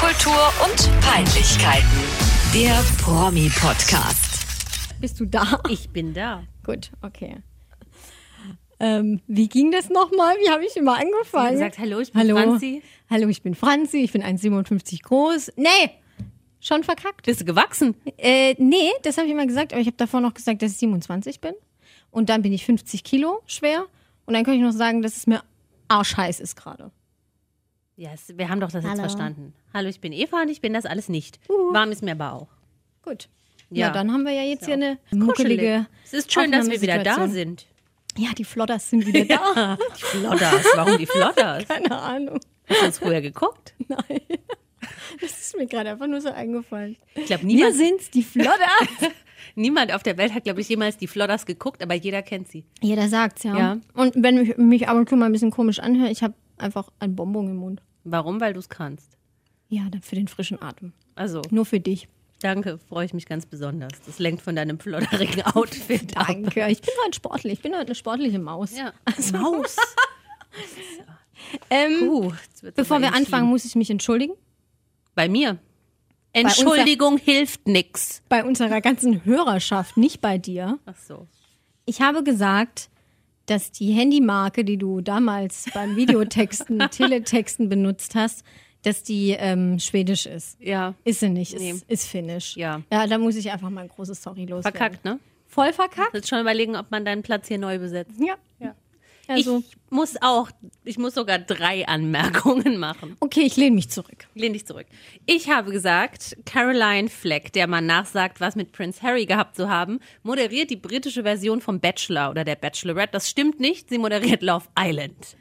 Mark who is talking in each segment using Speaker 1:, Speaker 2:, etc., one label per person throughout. Speaker 1: Kultur und Peinlichkeiten. Der Promi-Podcast.
Speaker 2: Bist du da?
Speaker 3: Ich bin da.
Speaker 2: Gut, okay. Ähm, wie ging das nochmal? Wie habe ich immer
Speaker 3: Sie hat
Speaker 2: angefangen?
Speaker 3: gesagt, hallo, ich bin Franzi.
Speaker 2: Hallo, ich bin Franzi. Ich bin 1,57 groß. Nee, schon verkackt.
Speaker 3: Bist du gewachsen?
Speaker 2: Äh, nee, das habe ich immer gesagt, aber ich habe davor noch gesagt, dass ich 27 bin. Und dann bin ich 50 Kilo schwer. Und dann kann ich noch sagen, dass es mir arschheiß ist gerade.
Speaker 3: Ja, yes, wir haben doch das
Speaker 2: Hallo. Uh.
Speaker 3: jetzt verstanden. Hallo, ich bin Eva und ich bin das alles nicht. Warm ist mir aber auch.
Speaker 2: Gut. Ja,
Speaker 3: Ja.
Speaker 2: dann haben wir ja jetzt hier eine
Speaker 3: Kuschelig.
Speaker 2: muckelige.
Speaker 3: Es ist schön, dass wir wieder da
Speaker 2: Aufnahmesituation.
Speaker 3: sind.
Speaker 2: Ja, die Flodders sind wieder da.
Speaker 3: Die Flodders. Warum die Flodders?
Speaker 2: Keine Ahnung.
Speaker 3: Hast du uns früher geguckt?
Speaker 2: Nein. Das ist mir gerade einfach nur so eingefallen.
Speaker 3: Ich glaube,
Speaker 2: Wir
Speaker 3: niemand,
Speaker 2: sind's, die Flodder.
Speaker 3: niemand auf der Welt hat, glaube ich, jemals die Flodders geguckt, aber jeder kennt sie.
Speaker 2: Jeder sagt's, ja.
Speaker 3: Ja.
Speaker 2: Und wenn ich mich ab und zu mal ein bisschen komisch anhöre, ich habe einfach ein Bonbon im Mund.
Speaker 3: Warum? Weil du es kannst.
Speaker 2: Ja, dann für den frischen Atem.
Speaker 3: Also,
Speaker 2: Nur für dich.
Speaker 3: danke, freue ich mich ganz besonders. Das lenkt von deinem flodderigen Outfit ab.
Speaker 2: Danke. Ich bin heute sportlich. Ich bin heute eine sportliche Maus. Also
Speaker 3: Ja. Maus.
Speaker 2: Ähm,
Speaker 3: Uh, jetzt wird's
Speaker 2: bevor
Speaker 3: aber
Speaker 2: wir
Speaker 3: intim.
Speaker 2: anfangen, muss ich mich entschuldigen.
Speaker 3: Bei mir. Entschuldigung hilft nix.
Speaker 2: Bei unserer ganzen Hörerschaft, nicht bei dir.
Speaker 3: Ach so.
Speaker 2: Ich habe gesagt, dass die Handymarke, die du damals beim Videotexten, Teletexten benutzt hast, dass die ähm, schwedisch ist.
Speaker 3: Ja.
Speaker 2: Ist sie nicht, ist,
Speaker 3: Nee.
Speaker 2: ist finnisch.
Speaker 3: Ja.
Speaker 2: Ja, da muss ich einfach mal ein großes Sorry loswerden.
Speaker 3: Verkackt, ne?
Speaker 2: Voll verkackt?
Speaker 3: Jetzt schon überlegen, ob man deinen Platz hier neu besetzt.
Speaker 2: Ja. Also,
Speaker 3: ich muss auch, ich muss sogar drei Anmerkungen machen.
Speaker 2: okay, ich lehne mich zurück.
Speaker 3: Lehn dich zurück. Ich habe gesagt, Caroline Fleck, der man nachsagt, was mit Prince Harry gehabt zu haben, moderiert die britische Version vom Bachelor oder der Bachelorette. Das stimmt nicht, sie moderiert Love Island.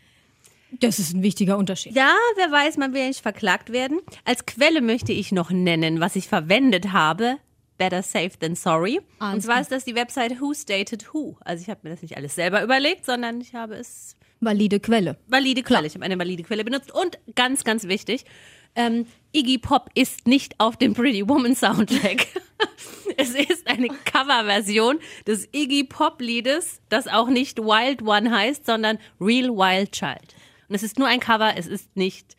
Speaker 2: Das ist ein wichtiger Unterschied.
Speaker 3: Ja, wer weiß, man will ja nicht verklagt werden. Als Quelle möchte ich noch nennen, was ich verwendet habe. Better safe than sorry.
Speaker 2: Alles
Speaker 3: Und zwar ist das die Website Who Stated Who. Also ich habe mir das nicht alles selber überlegt, sondern ich habe es
Speaker 2: Valide Quelle.
Speaker 3: valide Quelle. Ich habe eine valide Quelle benutzt. Und ganz, ganz wichtig, ähm, Iggy Pop ist nicht auf dem Pretty Woman Soundtrack. es ist eine Coverversion des Iggy Pop-Liedes, das auch nicht Wild One heißt, sondern Real Wild Child. Und es ist nur ein Cover, es ist nicht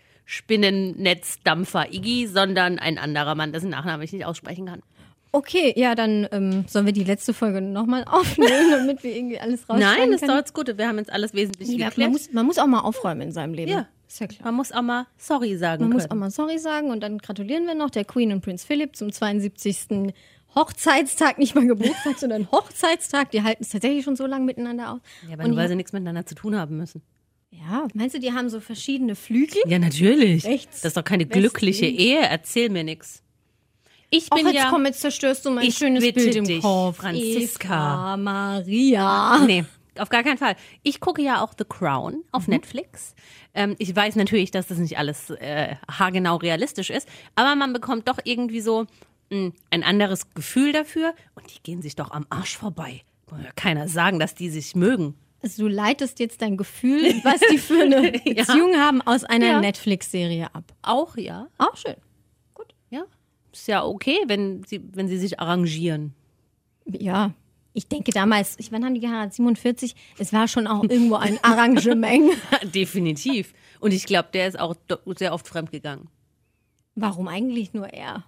Speaker 3: Spinnennetzdampfer Iggy, sondern ein anderer Mann, dessen Nachname ich nicht aussprechen kann.
Speaker 2: Okay, ja, dann ähm, sollen wir die letzte Folge nochmal aufnehmen, damit wir irgendwie alles rausschneiden
Speaker 3: Nein, das ist
Speaker 2: können.
Speaker 3: doch jetzt Gute. Wir haben jetzt alles wesentlich
Speaker 2: Ja, man,
Speaker 3: geklärt.
Speaker 2: muss, man muss auch mal aufräumen in seinem Leben.
Speaker 3: Ja.
Speaker 2: Ist ja klar.
Speaker 3: Man muss auch mal sorry sagen
Speaker 2: Man
Speaker 3: können.
Speaker 2: muss auch mal Sorry sagen und dann gratulieren wir noch der Queen und Prinz Philipp zum 72. Hochzeitstag, nicht mal Geburtstag, sondern Hochzeitstag. Die halten es tatsächlich schon so lange miteinander aus.
Speaker 3: ja, aber
Speaker 2: Und
Speaker 3: nur, weil sie nichts miteinander zu tun haben müssen.
Speaker 2: Ja, meinst du, die haben so verschiedene Flügel?
Speaker 3: Ja, natürlich.
Speaker 2: Rechts,
Speaker 3: Das ist doch keine
Speaker 2: Westen.
Speaker 3: glückliche Ehe. Erzähl mir nix. Ich
Speaker 2: Och,
Speaker 3: bin
Speaker 2: jetzt
Speaker 3: ja.
Speaker 2: komm, jetzt zerstörst du mein
Speaker 3: Ich
Speaker 2: schönes
Speaker 3: bitte
Speaker 2: Bild im
Speaker 3: dich,
Speaker 2: Kopf.
Speaker 3: Franziska.
Speaker 2: Eva Maria.
Speaker 3: Nee, auf gar keinen Fall. Ich gucke ja auch The Crown auf
Speaker 2: Mhm.
Speaker 3: Netflix. Ähm, ich weiß natürlich, dass das nicht alles äh, haargenau realistisch ist, aber man bekommt doch irgendwie so mh, ein anderes Gefühl dafür und die gehen sich doch am Arsch vorbei. Kann ja keiner sagen, dass die sich mögen.
Speaker 2: Also du leitest jetzt dein Gefühl, was die für eine Beziehung haben, aus einer
Speaker 3: Ja.
Speaker 2: Netflix-Serie ab.
Speaker 3: Auch ja.
Speaker 2: Auch schön. Gut.
Speaker 3: Ja. Ist ja okay, wenn sie, wenn sie sich arrangieren.
Speaker 2: Ja. Ich denke damals, ich, wann haben die geheiratet? 47? Es war schon auch irgendwo ein Arrangement.
Speaker 3: Definitiv. Und ich glaube, der ist auch do- sehr oft fremdgegangen.
Speaker 2: Warum eigentlich nur er?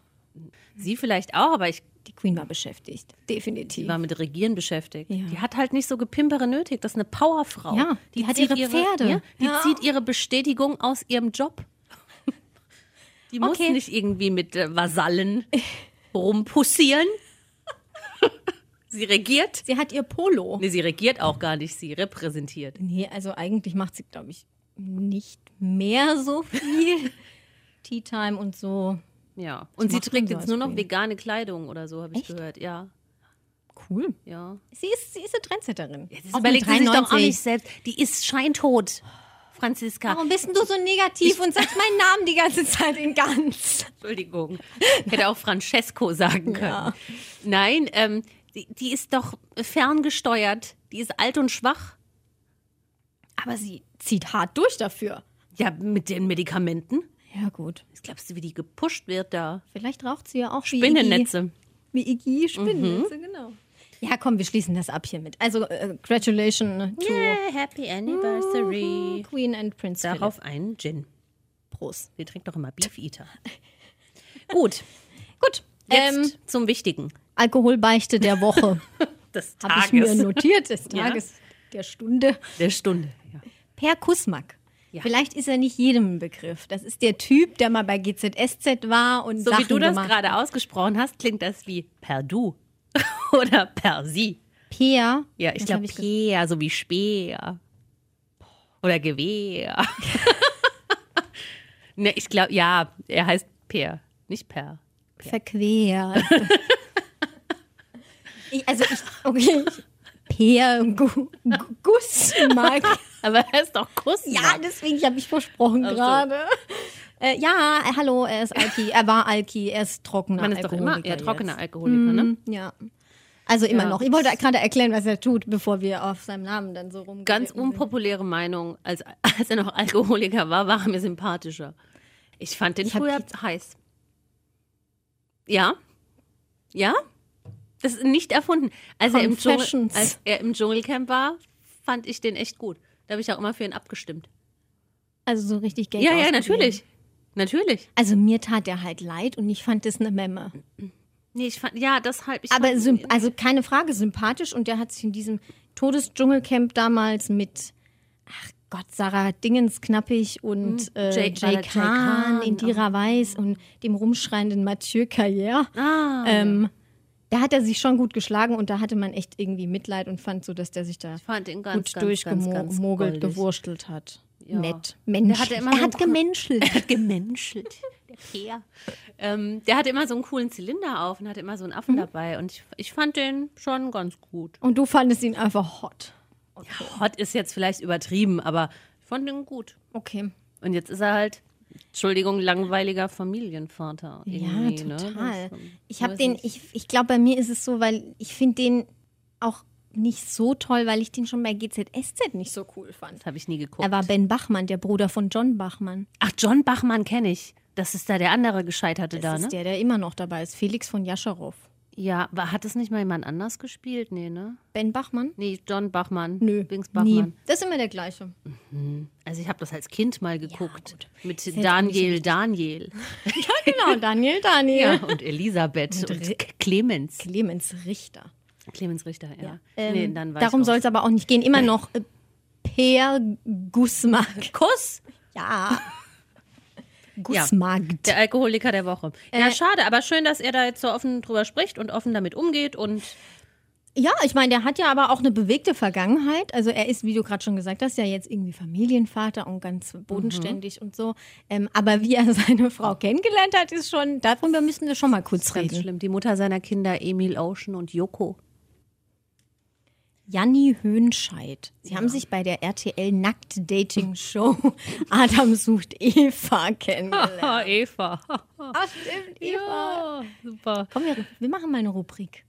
Speaker 3: Sie vielleicht auch, aber ich
Speaker 2: Die Queen war beschäftigt. Definitiv.
Speaker 3: die war mit Regieren beschäftigt.
Speaker 2: Ja.
Speaker 3: Die hat halt nicht so Gepimpere nötig. Das ist eine Powerfrau.
Speaker 2: Ja, die hat
Speaker 3: zieht
Speaker 2: ihre Pferde.
Speaker 3: Ja, die
Speaker 2: Ja.
Speaker 3: zieht ihre Bestätigung aus ihrem Job. Die muss
Speaker 2: Okay.
Speaker 3: nicht irgendwie mit äh, Vasallen rumpussieren. sie regiert.
Speaker 2: Sie hat ihr Polo.
Speaker 3: Nee, sie regiert auch gar nicht. Sie repräsentiert.
Speaker 2: Nee, also eigentlich macht sie, glaube ich, nicht mehr so viel. Tea Time und so.
Speaker 3: Ja. Und sie
Speaker 2: macht man
Speaker 3: trägt
Speaker 2: so
Speaker 3: jetzt
Speaker 2: als
Speaker 3: nur noch
Speaker 2: Queen?
Speaker 3: vegane Kleidung oder so, habe ich
Speaker 2: Echt?
Speaker 3: gehört. Ja.
Speaker 2: Cool.
Speaker 3: Ja.
Speaker 2: Sie ist, sie ist eine Trendsetterin.
Speaker 3: Das
Speaker 2: Auch mit
Speaker 3: überlegt sie sich doch auch
Speaker 2: 93.
Speaker 3: nicht selbst. Die ist scheintot, Franziska.
Speaker 2: Warum bist denn du so negativ und sagst meinen Namen die ganze Zeit in ganz?
Speaker 3: Entschuldigung. Hätte auch Francesco sagen können. Nein, ähm, die, die ist doch ferngesteuert. Die ist alt und schwach.
Speaker 2: Aber sie zieht hart durch dafür.
Speaker 3: Ja, mit den Medikamenten.
Speaker 2: Ja, gut.
Speaker 3: Was glaubst du, wie die gepusht wird da?
Speaker 2: Vielleicht raucht sie ja auch
Speaker 3: Spinnennetze.
Speaker 2: Wie Iggy, wie Iggy Spinnennetze, genau. Ja, komm, wir schließen das ab hiermit. Also, äh, congratulations to
Speaker 3: happy anniversary.
Speaker 2: Queen and Prince Philip.
Speaker 3: Darauf einen Gin.
Speaker 2: Prost.
Speaker 3: Wir trinken doch immer Beefeater. Gut,
Speaker 2: Gut,
Speaker 3: jetzt
Speaker 2: ähm,
Speaker 3: zum Wichtigen.
Speaker 2: Alkoholbeichte der Woche.
Speaker 3: Des
Speaker 2: Habe ich mir
Speaker 3: Tages.
Speaker 2: notiert, des
Speaker 3: Ja.
Speaker 2: Tages, der Stunde.
Speaker 3: Der Stunde. Ja.
Speaker 2: Per Kusmak.
Speaker 3: Ja.
Speaker 2: Vielleicht ist er nicht jedem ein Begriff. Das ist der Typ, der mal bei GZSZ war und
Speaker 3: So
Speaker 2: Sachen
Speaker 3: wie du das
Speaker 2: gemacht.
Speaker 3: gerade ausgesprochen hast, klingt das wie per du oder per sie.
Speaker 2: Peer.
Speaker 3: Ja, ich
Speaker 2: Das
Speaker 3: glaube
Speaker 2: hab ich ge-
Speaker 3: Peer, so wie Speer. Oder Gewehr. ne, ich glaube, ja, er heißt Peer, nicht Per.
Speaker 2: verquer. ich, also ich, okay. ich- Peer Gu, Gu- Gussmark.
Speaker 3: Aber er ist doch Kuss.
Speaker 2: Ja, deswegen habe ich versprochen
Speaker 3: Ach so.
Speaker 2: gerade. Äh, ja, äh, hallo, er ist Alki. Er war Alki, er ist trockener
Speaker 3: man ist doch
Speaker 2: genau. Alkoholiker
Speaker 3: immer eher trockener
Speaker 2: jetzt. Mhm.
Speaker 3: Alkoholiker, ne?
Speaker 2: Ja. Also immer
Speaker 3: Ja.
Speaker 2: noch. Ich wollte gerade erklären, was er tut, bevor wir auf seinem Namen dann so rumgehen.
Speaker 3: Ganz unpopuläre Meinung, als, als er noch Alkoholiker war, war er mir sympathischer. Ich fand den
Speaker 2: hab
Speaker 3: früher heiß. Ja? Ja? Das ist nicht erfunden. Als er, im Dschungel,
Speaker 2: Confessions.
Speaker 3: als er im Dschungelcamp war, fand ich den echt gut. Da habe ich auch immer für ihn abgestimmt.
Speaker 2: Also so richtig Geld
Speaker 3: Ja, ja,
Speaker 2: ausgegeben.
Speaker 3: natürlich. Natürlich.
Speaker 2: Also mir tat er halt leid und ich fand das eine Memme.
Speaker 3: Nee, ich fand, ja, deshalb. Ich
Speaker 2: Aber
Speaker 3: fand,
Speaker 2: symp also keine Frage, sympathisch. Und der hat sich in diesem Todesdschungelcamp damals mit, ach Gott, Sarah Dingensknappig und äh,
Speaker 3: Jay-
Speaker 2: Jay,
Speaker 3: Mhm. war das Jay
Speaker 2: Khan,
Speaker 3: Khan,
Speaker 2: Indira Weiß und dem rumschreienden Mathieu Carrière.
Speaker 3: Ah,
Speaker 2: Ähm, da hat er sich schon gut geschlagen und da hatte man echt irgendwie Mitleid und fand so, dass der sich da
Speaker 3: ich fand ihn ganz,
Speaker 2: gut
Speaker 3: ganz, ganz, ganz
Speaker 2: durchgemogelt,
Speaker 3: goldig.
Speaker 2: gewurstelt hat.
Speaker 3: Ja.
Speaker 2: Nett.
Speaker 3: Der
Speaker 2: Mensch.
Speaker 3: hatte immer
Speaker 2: er
Speaker 3: so
Speaker 2: hat
Speaker 3: einen-
Speaker 2: gemenschelt.
Speaker 3: Der hat gemenschelt. Der Peer. Ähm, der hatte immer so einen coolen Zylinder auf und hatte immer so einen
Speaker 2: Mhm.
Speaker 3: Affen dabei. Und ich, ich fand den schon ganz gut.
Speaker 2: Und du fandest ihn einfach hot.
Speaker 3: Hot ist jetzt vielleicht übertrieben, aber ich fand den gut.
Speaker 2: Okay.
Speaker 3: Und jetzt ist er halt, Entschuldigung, langweiliger Familienvater.
Speaker 2: Ja,
Speaker 3: irgendwie,
Speaker 2: total.
Speaker 3: Ne? Das, ähm,
Speaker 2: ich habe
Speaker 3: weiß
Speaker 2: den,
Speaker 3: nicht.
Speaker 2: ich, ich glaube, bei mir ist es so, weil ich finde den auch nicht so toll, weil ich den schon bei GZSZ nicht so cool fand.
Speaker 3: Das habe ich nie geguckt.
Speaker 2: Er war Ben Bachmann, der Bruder von John Bachmann.
Speaker 3: Ach, John Bachmann kenne ich. Das ist da der andere Gescheiterte
Speaker 2: Das
Speaker 3: da,
Speaker 2: ist
Speaker 3: ne?
Speaker 2: der, der immer noch dabei ist. Felix von Jascharow.
Speaker 3: Ja, war, hat es nicht mal jemand anders gespielt? Nee, ne?
Speaker 2: Ben Bachmann?
Speaker 3: Nee, John Bachmann.
Speaker 2: Nö,
Speaker 3: Bings Bachmann.
Speaker 2: nie. Das ist immer der gleiche.
Speaker 3: Also ich habe das als Kind mal geguckt.
Speaker 2: gut.
Speaker 3: mit
Speaker 2: jetzt auch nicht so
Speaker 3: Daniel, Daniel.
Speaker 2: Ja, genau, Daniel, Daniel.
Speaker 3: Ja, und Elisabeth und, K- Clemens.
Speaker 2: Clemens Richter.
Speaker 3: Clemens Richter, ja.
Speaker 2: Ähm,
Speaker 3: nee, dann war
Speaker 2: darum
Speaker 3: ich raus.
Speaker 2: soll es aber auch nicht gehen. Immer noch äh, Per Gusmark.
Speaker 3: Kuss!
Speaker 2: Ja. Gusmarkt.
Speaker 3: Der Alkoholiker der Woche. ja, schade, aber schön, dass er da jetzt so offen drüber spricht und offen damit umgeht und
Speaker 2: Ja, ich meine, der hat ja aber auch eine bewegte Vergangenheit. Also er ist, wie du gerade schon gesagt hast, ja jetzt irgendwie Familienvater und ganz bodenständig und so. Ähm, aber wie er seine Frau kennengelernt hat, ist schon, darüber müssen wir schon mal kurz
Speaker 3: ganz
Speaker 2: reden.
Speaker 3: schlimm. Die Mutter seiner Kinder, Emil Ocean und Joko.
Speaker 2: Janni Höhnscheid. Sie haben sich bei der RTL Nackt Dating Show Adam sucht Eva kennengelernt.
Speaker 3: Ah, Eva.
Speaker 2: Ach, stimmt,
Speaker 3: Ja, super.
Speaker 2: Komm, wir, wir machen mal eine Rubrik.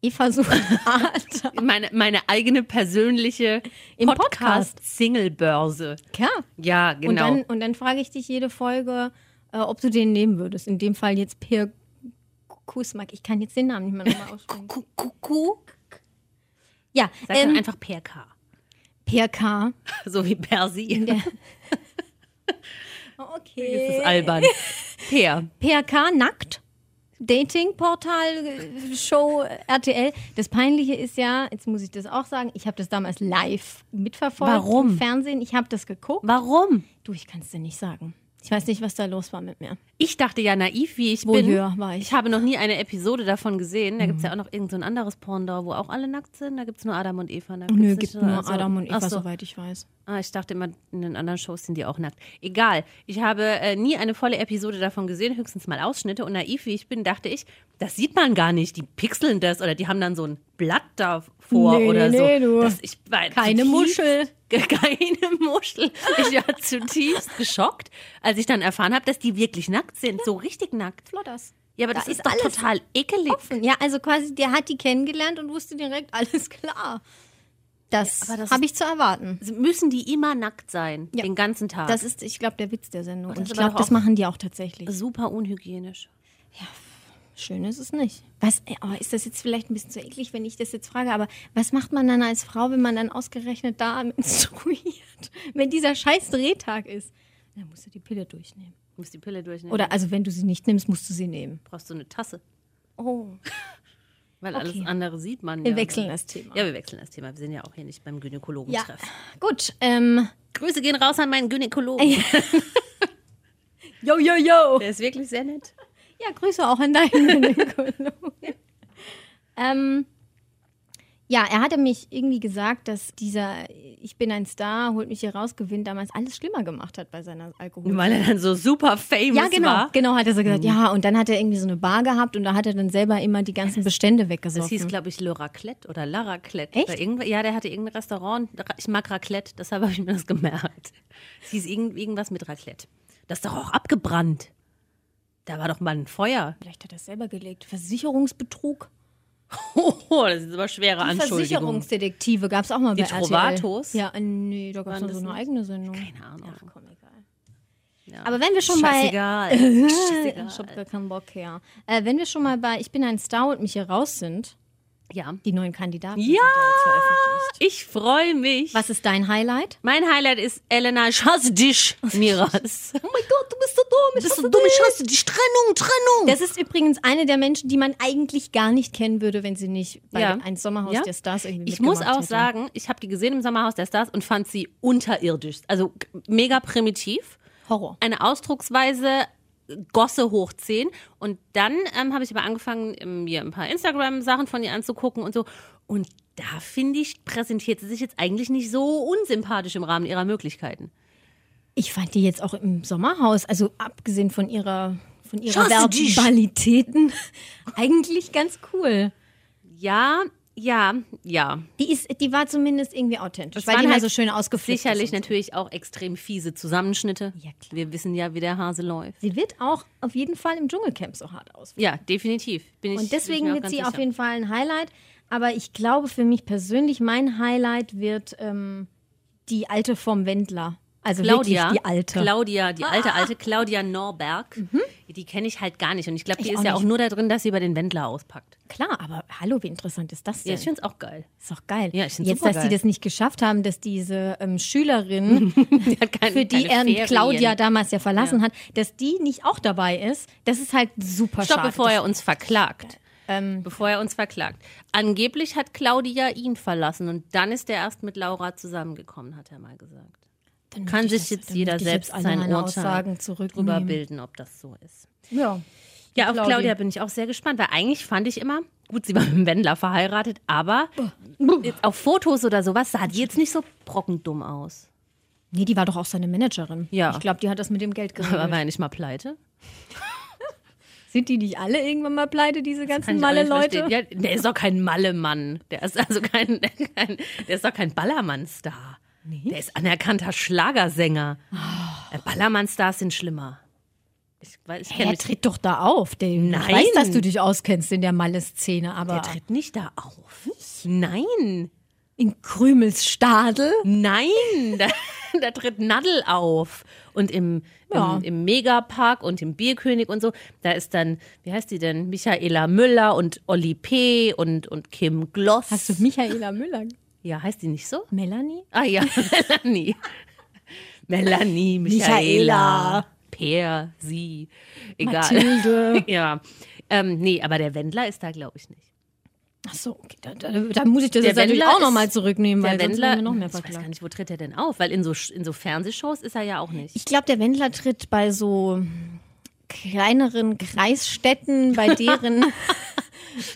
Speaker 2: Eva sucht Adam.
Speaker 3: Meine, meine eigene persönliche
Speaker 2: Im Podcast.
Speaker 3: Podcast-Single-Börse.
Speaker 2: Klar.
Speaker 3: Ja, genau.
Speaker 2: Und dann, und dann frage ich dich jede Folge, äh, ob du den nehmen würdest. In dem Fall jetzt Per Kusmak. Ich kann jetzt den Namen nicht mehr nochmal aussprechen.
Speaker 3: Kuckuck.
Speaker 2: Ja,
Speaker 3: Sag dann
Speaker 2: ähm,
Speaker 3: einfach PRK.
Speaker 2: Per K.
Speaker 3: So wie Persi.
Speaker 2: Der
Speaker 3: Das Oh,
Speaker 2: okay.
Speaker 3: ist albern. Per.
Speaker 2: Per K. Nackt. Dating-Portal, äh, Show, äh, RTL. Das Peinliche ist ja, jetzt muss ich das auch sagen, ich habe das damals live mitverfolgt
Speaker 3: Warum?
Speaker 2: im Fernsehen. Ich habe das geguckt.
Speaker 3: Warum?
Speaker 2: Du, ich kann es dir nicht sagen. Ich weiß nicht, was da los war mit mir.
Speaker 3: Ich dachte ja naiv, wie ich
Speaker 2: Voyeur
Speaker 3: bin.
Speaker 2: war ich.
Speaker 3: habe noch nie eine Episode davon gesehen. Da gibt es ja auch noch irgendein so ein anderes Porndor, wo auch alle nackt sind. Da gibt es nur Adam und Eva. Da
Speaker 2: Nö,
Speaker 3: gibt's
Speaker 2: gibt
Speaker 3: nicht
Speaker 2: nur
Speaker 3: also-
Speaker 2: Adam und Eva,
Speaker 3: Ach so.
Speaker 2: soweit ich weiß.
Speaker 3: Ah, ich dachte immer, in den anderen Shows sind die auch nackt. Egal, ich habe äh, nie eine volle Episode davon gesehen, höchstens mal Ausschnitte. Und naiv wie ich bin, dachte ich, das sieht man gar nicht. Die pixeln das oder die haben dann so ein Blatt davor
Speaker 2: Nee,
Speaker 3: oder
Speaker 2: nee,
Speaker 3: so.
Speaker 2: nee, du.
Speaker 3: Das, ich war
Speaker 2: Keine
Speaker 3: zutiefst-
Speaker 2: Muschel.
Speaker 3: Keine Muschel. Ich war zutiefst geschockt, als ich dann erfahren habe, dass die wirklich nackt sind. So richtig nackt.
Speaker 2: Flodders.
Speaker 3: Ja, aber
Speaker 2: Da
Speaker 3: das
Speaker 2: ist
Speaker 3: ist doch
Speaker 2: alles
Speaker 3: total ekelig.
Speaker 2: offen. Ja, also quasi, der hat die kennengelernt und wusste direkt, alles klar. Das,
Speaker 3: aber das
Speaker 2: habe ich zu erwarten.
Speaker 3: Müssen die immer nackt sein,
Speaker 2: Ja.
Speaker 3: den ganzen Tag.
Speaker 2: Das ist, ich glaube, der Witz der Sendung. Und
Speaker 3: das
Speaker 2: ich
Speaker 3: ist aber
Speaker 2: glaube,
Speaker 3: doch
Speaker 2: das
Speaker 3: auch-
Speaker 2: machen die auch Also, tatsächlich.
Speaker 3: super unhygienisch.
Speaker 2: Schön ist es nicht. Was, ey, aber ist das jetzt vielleicht ein bisschen zu eklig, wenn ich das jetzt frage, aber was macht man dann als Frau, wenn man dann ausgerechnet da menstruiert, wenn dieser scheiß Drehtag ist? Dann musst du die Pille durchnehmen.
Speaker 3: Du musst die Pille durchnehmen.
Speaker 2: Oder also wenn du sie nicht nimmst, musst du sie nehmen.
Speaker 3: brauchst du eine Tasse.
Speaker 2: Oh.
Speaker 3: Weil
Speaker 2: Okay.
Speaker 3: alles andere sieht man
Speaker 2: Wir
Speaker 3: ja.
Speaker 2: wechseln das Thema.
Speaker 3: Ja, wir wechseln das Thema. Wir sind ja auch hier nicht beim
Speaker 2: Ja,
Speaker 3: Gynäkologentreff.
Speaker 2: gut. Ähm,
Speaker 3: Grüße gehen raus an meinen Gynäkologen.
Speaker 2: yo, yo, yo.
Speaker 3: Der ist wirklich sehr nett.
Speaker 2: Ja, Grüße auch an deinen Gynäkologen. ähm, ja, er hatte mich irgendwie gesagt, dass dieser Ich bin ein Star, holt mich hier raus, gewinnt damals alles schlimmer gemacht hat bei seiner Alkohol.
Speaker 3: Weil er dann so super famous
Speaker 2: Ja, genau,
Speaker 3: war. Mhm.
Speaker 2: genau hat er so gesagt. Ja, und dann hat er irgendwie so eine Bar gehabt und da hat er dann selber immer die ganzen Bestände
Speaker 3: Das hieß,
Speaker 2: weggesoffen.
Speaker 3: glaube ich, Le Raclette oder La Raclette.
Speaker 2: Echt?
Speaker 3: Oder irgend, ja, der hatte irgendein Restaurant. Ich mag Raclette, deshalb habe ich mir das gemerkt. Es hieß irgend, irgendwas mit Raclette. Das ist doch auch abgebrannt. Da war doch mal ein Feuer.
Speaker 2: Vielleicht hat er es selber gelegt. Versicherungsbetrug?
Speaker 3: Oh, das sind aber schwere Anschuldigungen.
Speaker 2: Versicherungsdetektive gab es auch mal
Speaker 3: Die
Speaker 2: bei RTL.
Speaker 3: Trovatos?
Speaker 2: Ja, äh, nee, da gab es
Speaker 3: Waren
Speaker 2: noch
Speaker 3: das
Speaker 2: so eine
Speaker 3: nicht?
Speaker 2: eigene Sendung.
Speaker 3: Keine Ahnung.
Speaker 2: Ach komm, egal. Aber wenn wir schon bei
Speaker 3: Scheißegal. Scheißegal.
Speaker 2: Äh, Ich hab gar keinen Bock her. Äh, wenn wir schon mal bei Ich bin ein Star und mich hier raus sind,
Speaker 3: Ja,
Speaker 2: die neuen Kandidaten.
Speaker 3: Ja!
Speaker 2: Sind da jetzt veröffentlicht.
Speaker 3: ich freue mich.
Speaker 2: Was ist dein Highlight?
Speaker 3: Mein Highlight ist Elena, ich hasse dich, Miras.
Speaker 2: Oh mein Gott, du bist so dumm. Ich
Speaker 3: Bist du dumm, ich hasse dich. Trennung, Trennung.
Speaker 2: das ist übrigens eine der Menschen, die man eigentlich gar nicht kennen würde, wenn sie nicht bei
Speaker 3: Ja.
Speaker 2: ein Sommerhaus
Speaker 3: Ja.
Speaker 2: der Stars irgendwie
Speaker 3: Ich muss
Speaker 2: mitgemacht
Speaker 3: auch
Speaker 2: hätte.
Speaker 3: sagen, ich habe die gesehen im Sommerhaus der Stars und fand sie unterirdisch. Also g- mega primitiv.
Speaker 2: Horror.
Speaker 3: Eine Ausdrucksweise Gosse hoch 10. Und dann ähm, habe ich aber angefangen, ähm, mir ein paar Instagram-Sachen von ihr anzugucken und so. Und da finde ich, präsentiert sie sich jetzt eigentlich nicht so unsympathisch im Rahmen ihrer Möglichkeiten.
Speaker 2: Ich fand die jetzt auch im Sommerhaus, also abgesehen von ihrer von ihrer
Speaker 3: Schaffst du dich?
Speaker 2: Verbalitäten, eigentlich ganz cool.
Speaker 3: Ja, ja, ja.
Speaker 2: Die, ist, die war zumindest irgendwie authentisch,
Speaker 3: Es
Speaker 2: weil die
Speaker 3: waren
Speaker 2: mal
Speaker 3: halt
Speaker 2: so schön ausgeflippt ist
Speaker 3: Sicherlich
Speaker 2: und so.
Speaker 3: natürlich auch extrem fiese Zusammenschnitte.
Speaker 2: Ja, klar.
Speaker 3: Wir wissen ja, wie der Hase läuft.
Speaker 2: Sie wird auch auf jeden Fall im Dschungelcamp so hart ausfallen.
Speaker 3: Ja, definitiv. Bin ich,
Speaker 2: Und
Speaker 3: bin ich
Speaker 2: deswegen
Speaker 3: mir auch
Speaker 2: wird
Speaker 3: ganz
Speaker 2: sie
Speaker 3: sicher.
Speaker 2: auf jeden Fall ein Highlight. Aber ich glaube für mich persönlich, mein Highlight wird ähm, die alte vom Wendler. Also
Speaker 3: Claudia,
Speaker 2: wirklich die alte. Ah. Mhm.
Speaker 3: Claudia, die alte, alte Claudia Norberg. Die kenne ich halt gar nicht. Und ich glaube, die
Speaker 2: Ich
Speaker 3: ist
Speaker 2: auch
Speaker 3: ja auch
Speaker 2: nicht.
Speaker 3: nur da drin, dass sie bei den Wendler auspackt.
Speaker 2: Klar, aber hallo, wie interessant ist das
Speaker 3: Ja,
Speaker 2: denn?
Speaker 3: ich finde es auch geil.
Speaker 2: ist doch geil.
Speaker 3: Ja, ich find's
Speaker 2: Jetzt, dass
Speaker 3: supergeil.
Speaker 2: die das nicht geschafft haben, dass diese ähm, Schülerin,
Speaker 3: Die hat keine,
Speaker 2: für die
Speaker 3: keine
Speaker 2: ähm, Claudia
Speaker 3: Ferien.
Speaker 2: damals ja verlassen hat, dass die nicht auch dabei ist, das ist halt super
Speaker 3: Stopp,
Speaker 2: schade.
Speaker 3: bevor er uns verklagt.
Speaker 2: ähm.
Speaker 3: bevor er uns verklagt. Angeblich hat Claudia ihn verlassen und dann ist er erst mit Laura zusammengekommen, hat er mal gesagt.
Speaker 2: Dann
Speaker 3: Kann
Speaker 2: möchte ich
Speaker 3: sich
Speaker 2: das-
Speaker 3: jetzt
Speaker 2: dann
Speaker 3: jeder
Speaker 2: möchte ich
Speaker 3: selbst
Speaker 2: jetzt alle
Speaker 3: sein
Speaker 2: meine
Speaker 3: Urteil
Speaker 2: Aussagen zurücknehmen.
Speaker 3: Drüber bilden, ob das so ist.
Speaker 2: Ja.
Speaker 3: Ja, auf
Speaker 2: Claudia.
Speaker 3: Claudia. bin ich auch sehr gespannt, weil eigentlich fand ich immer, gut, sie war mit dem Wendler verheiratet, aber jetzt auf Fotos oder sowas sah die jetzt nicht so brockendumm aus.
Speaker 2: Nee, die war doch auch seine Managerin.
Speaker 3: Ja.
Speaker 2: Ich glaube, die hat das mit dem Geld
Speaker 3: Aber war
Speaker 2: geregelt.
Speaker 3: ja nicht mal pleite.
Speaker 2: Sind die nicht alle irgendwann mal pleite, diese
Speaker 3: Kann
Speaker 2: ganzen
Speaker 3: ich auch
Speaker 2: malle
Speaker 3: nicht verstehen.
Speaker 2: Leute?
Speaker 3: Ja, der ist doch kein Malle-Mann. Der ist also kein, kein der ist doch kein Ballermann-Star. Der ist anerkannter Schlagersänger. Äh, Ballermann-Stars sind schlimmer. Ich, weiß- ich kenn
Speaker 2: Er
Speaker 3: mich-
Speaker 2: tritt doch da auf. Der
Speaker 3: Nein.
Speaker 2: Ich weiß, dass du dich auskennst in der Malle-Szene,
Speaker 3: der
Speaker 2: aber
Speaker 3: tritt nicht da auf. Nein.
Speaker 2: in Krümelstadel?
Speaker 3: Nein, da, da tritt Nadel auf. Und im,
Speaker 2: Ja.
Speaker 3: im, im Megapark und im Bierkönig und so, da ist dann, wie heißt die denn? Michaela Müller und Olli P. und, und Kim Gloss.
Speaker 2: Hast du Michaela Müller?
Speaker 3: ja, heißt die nicht so?
Speaker 2: Melanie?
Speaker 3: Ah ja, Melanie. Melanie, Michaela,
Speaker 2: Michaela.
Speaker 3: Per, sie, egal.
Speaker 2: Mathilde.
Speaker 3: Ja, ähm, nee, aber der Wendler ist da, glaube ich, nicht.
Speaker 2: Ach so, okay, da, da, da muss ich das
Speaker 3: Der
Speaker 2: jetzt natürlich
Speaker 3: Wendler
Speaker 2: auch
Speaker 3: ist-
Speaker 2: nochmal zurücknehmen,
Speaker 3: Der
Speaker 2: weil sonst
Speaker 3: Wendler,
Speaker 2: werden wir noch mehr
Speaker 3: ich weiß gar
Speaker 2: verklagt.
Speaker 3: nicht, wo tritt er denn auf? Weil in so, in so Fernsehshows ist er ja auch nicht.
Speaker 2: Ich glaube, der Wendler tritt bei so kleineren Kreisstädten, bei deren,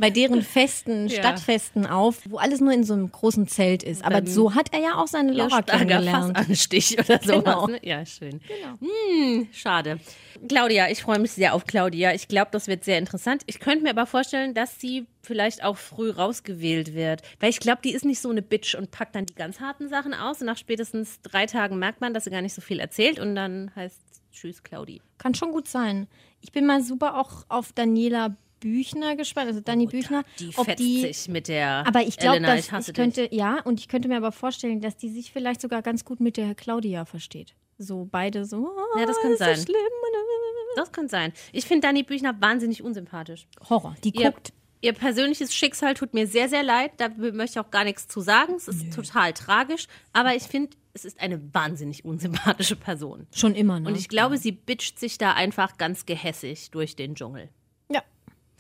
Speaker 2: bei deren Festen,
Speaker 3: Ja.
Speaker 2: Stadtfesten auf, wo alles nur in so einem großen Zelt ist. Aber so hat er ja auch seine Laura kennengelernt.
Speaker 3: Fassanstich oder sowas.
Speaker 2: Genau.
Speaker 3: Ne? Ja, schön. Hm, schade. Claudia, ich freue mich sehr auf Claudia. Ich glaube, das wird sehr interessant. Ich könnte mir aber vorstellen, dass sie vielleicht auch früh rausgewählt wird. Weil ich glaube, die ist nicht so eine Bitch und packt dann die ganz harten Sachen aus. Und nach spätestens drei Tagen merkt man, dass sie gar nicht so viel erzählt. Und dann heißt Tschüss, Claudi.
Speaker 2: Kann schon gut sein. Ich bin mal super auch auf Daniela Büchner gespannt, also Dani Büchner,
Speaker 3: Die
Speaker 2: ob
Speaker 3: fetzt
Speaker 2: die
Speaker 3: sich mit der
Speaker 2: aber ich glaube,
Speaker 3: Elena,
Speaker 2: dass
Speaker 3: ich hasse
Speaker 2: ich könnte ja und ich könnte mir aber vorstellen, dass die sich vielleicht sogar ganz gut mit der Claudia versteht. So beide so.
Speaker 3: Ja, das kann
Speaker 2: "Ah, ist
Speaker 3: sein.
Speaker 2: So schlimm.
Speaker 3: dich. Das kann sein. Ich finde Dani Büchner wahnsinnig unsympathisch.
Speaker 2: Horror. Die
Speaker 3: Ihr-
Speaker 2: guckt.
Speaker 3: Ihr persönliches Schicksal tut mir sehr, sehr leid. Da möchte ich auch gar nichts zu sagen. Es ist total tragisch. Aber ich finde, es ist eine wahnsinnig unsympathische Person.
Speaker 2: Schon immer, ne?
Speaker 3: Und ich glaube, sie bitcht sich da einfach ganz gehässig durch den Dschungel.
Speaker 2: ja,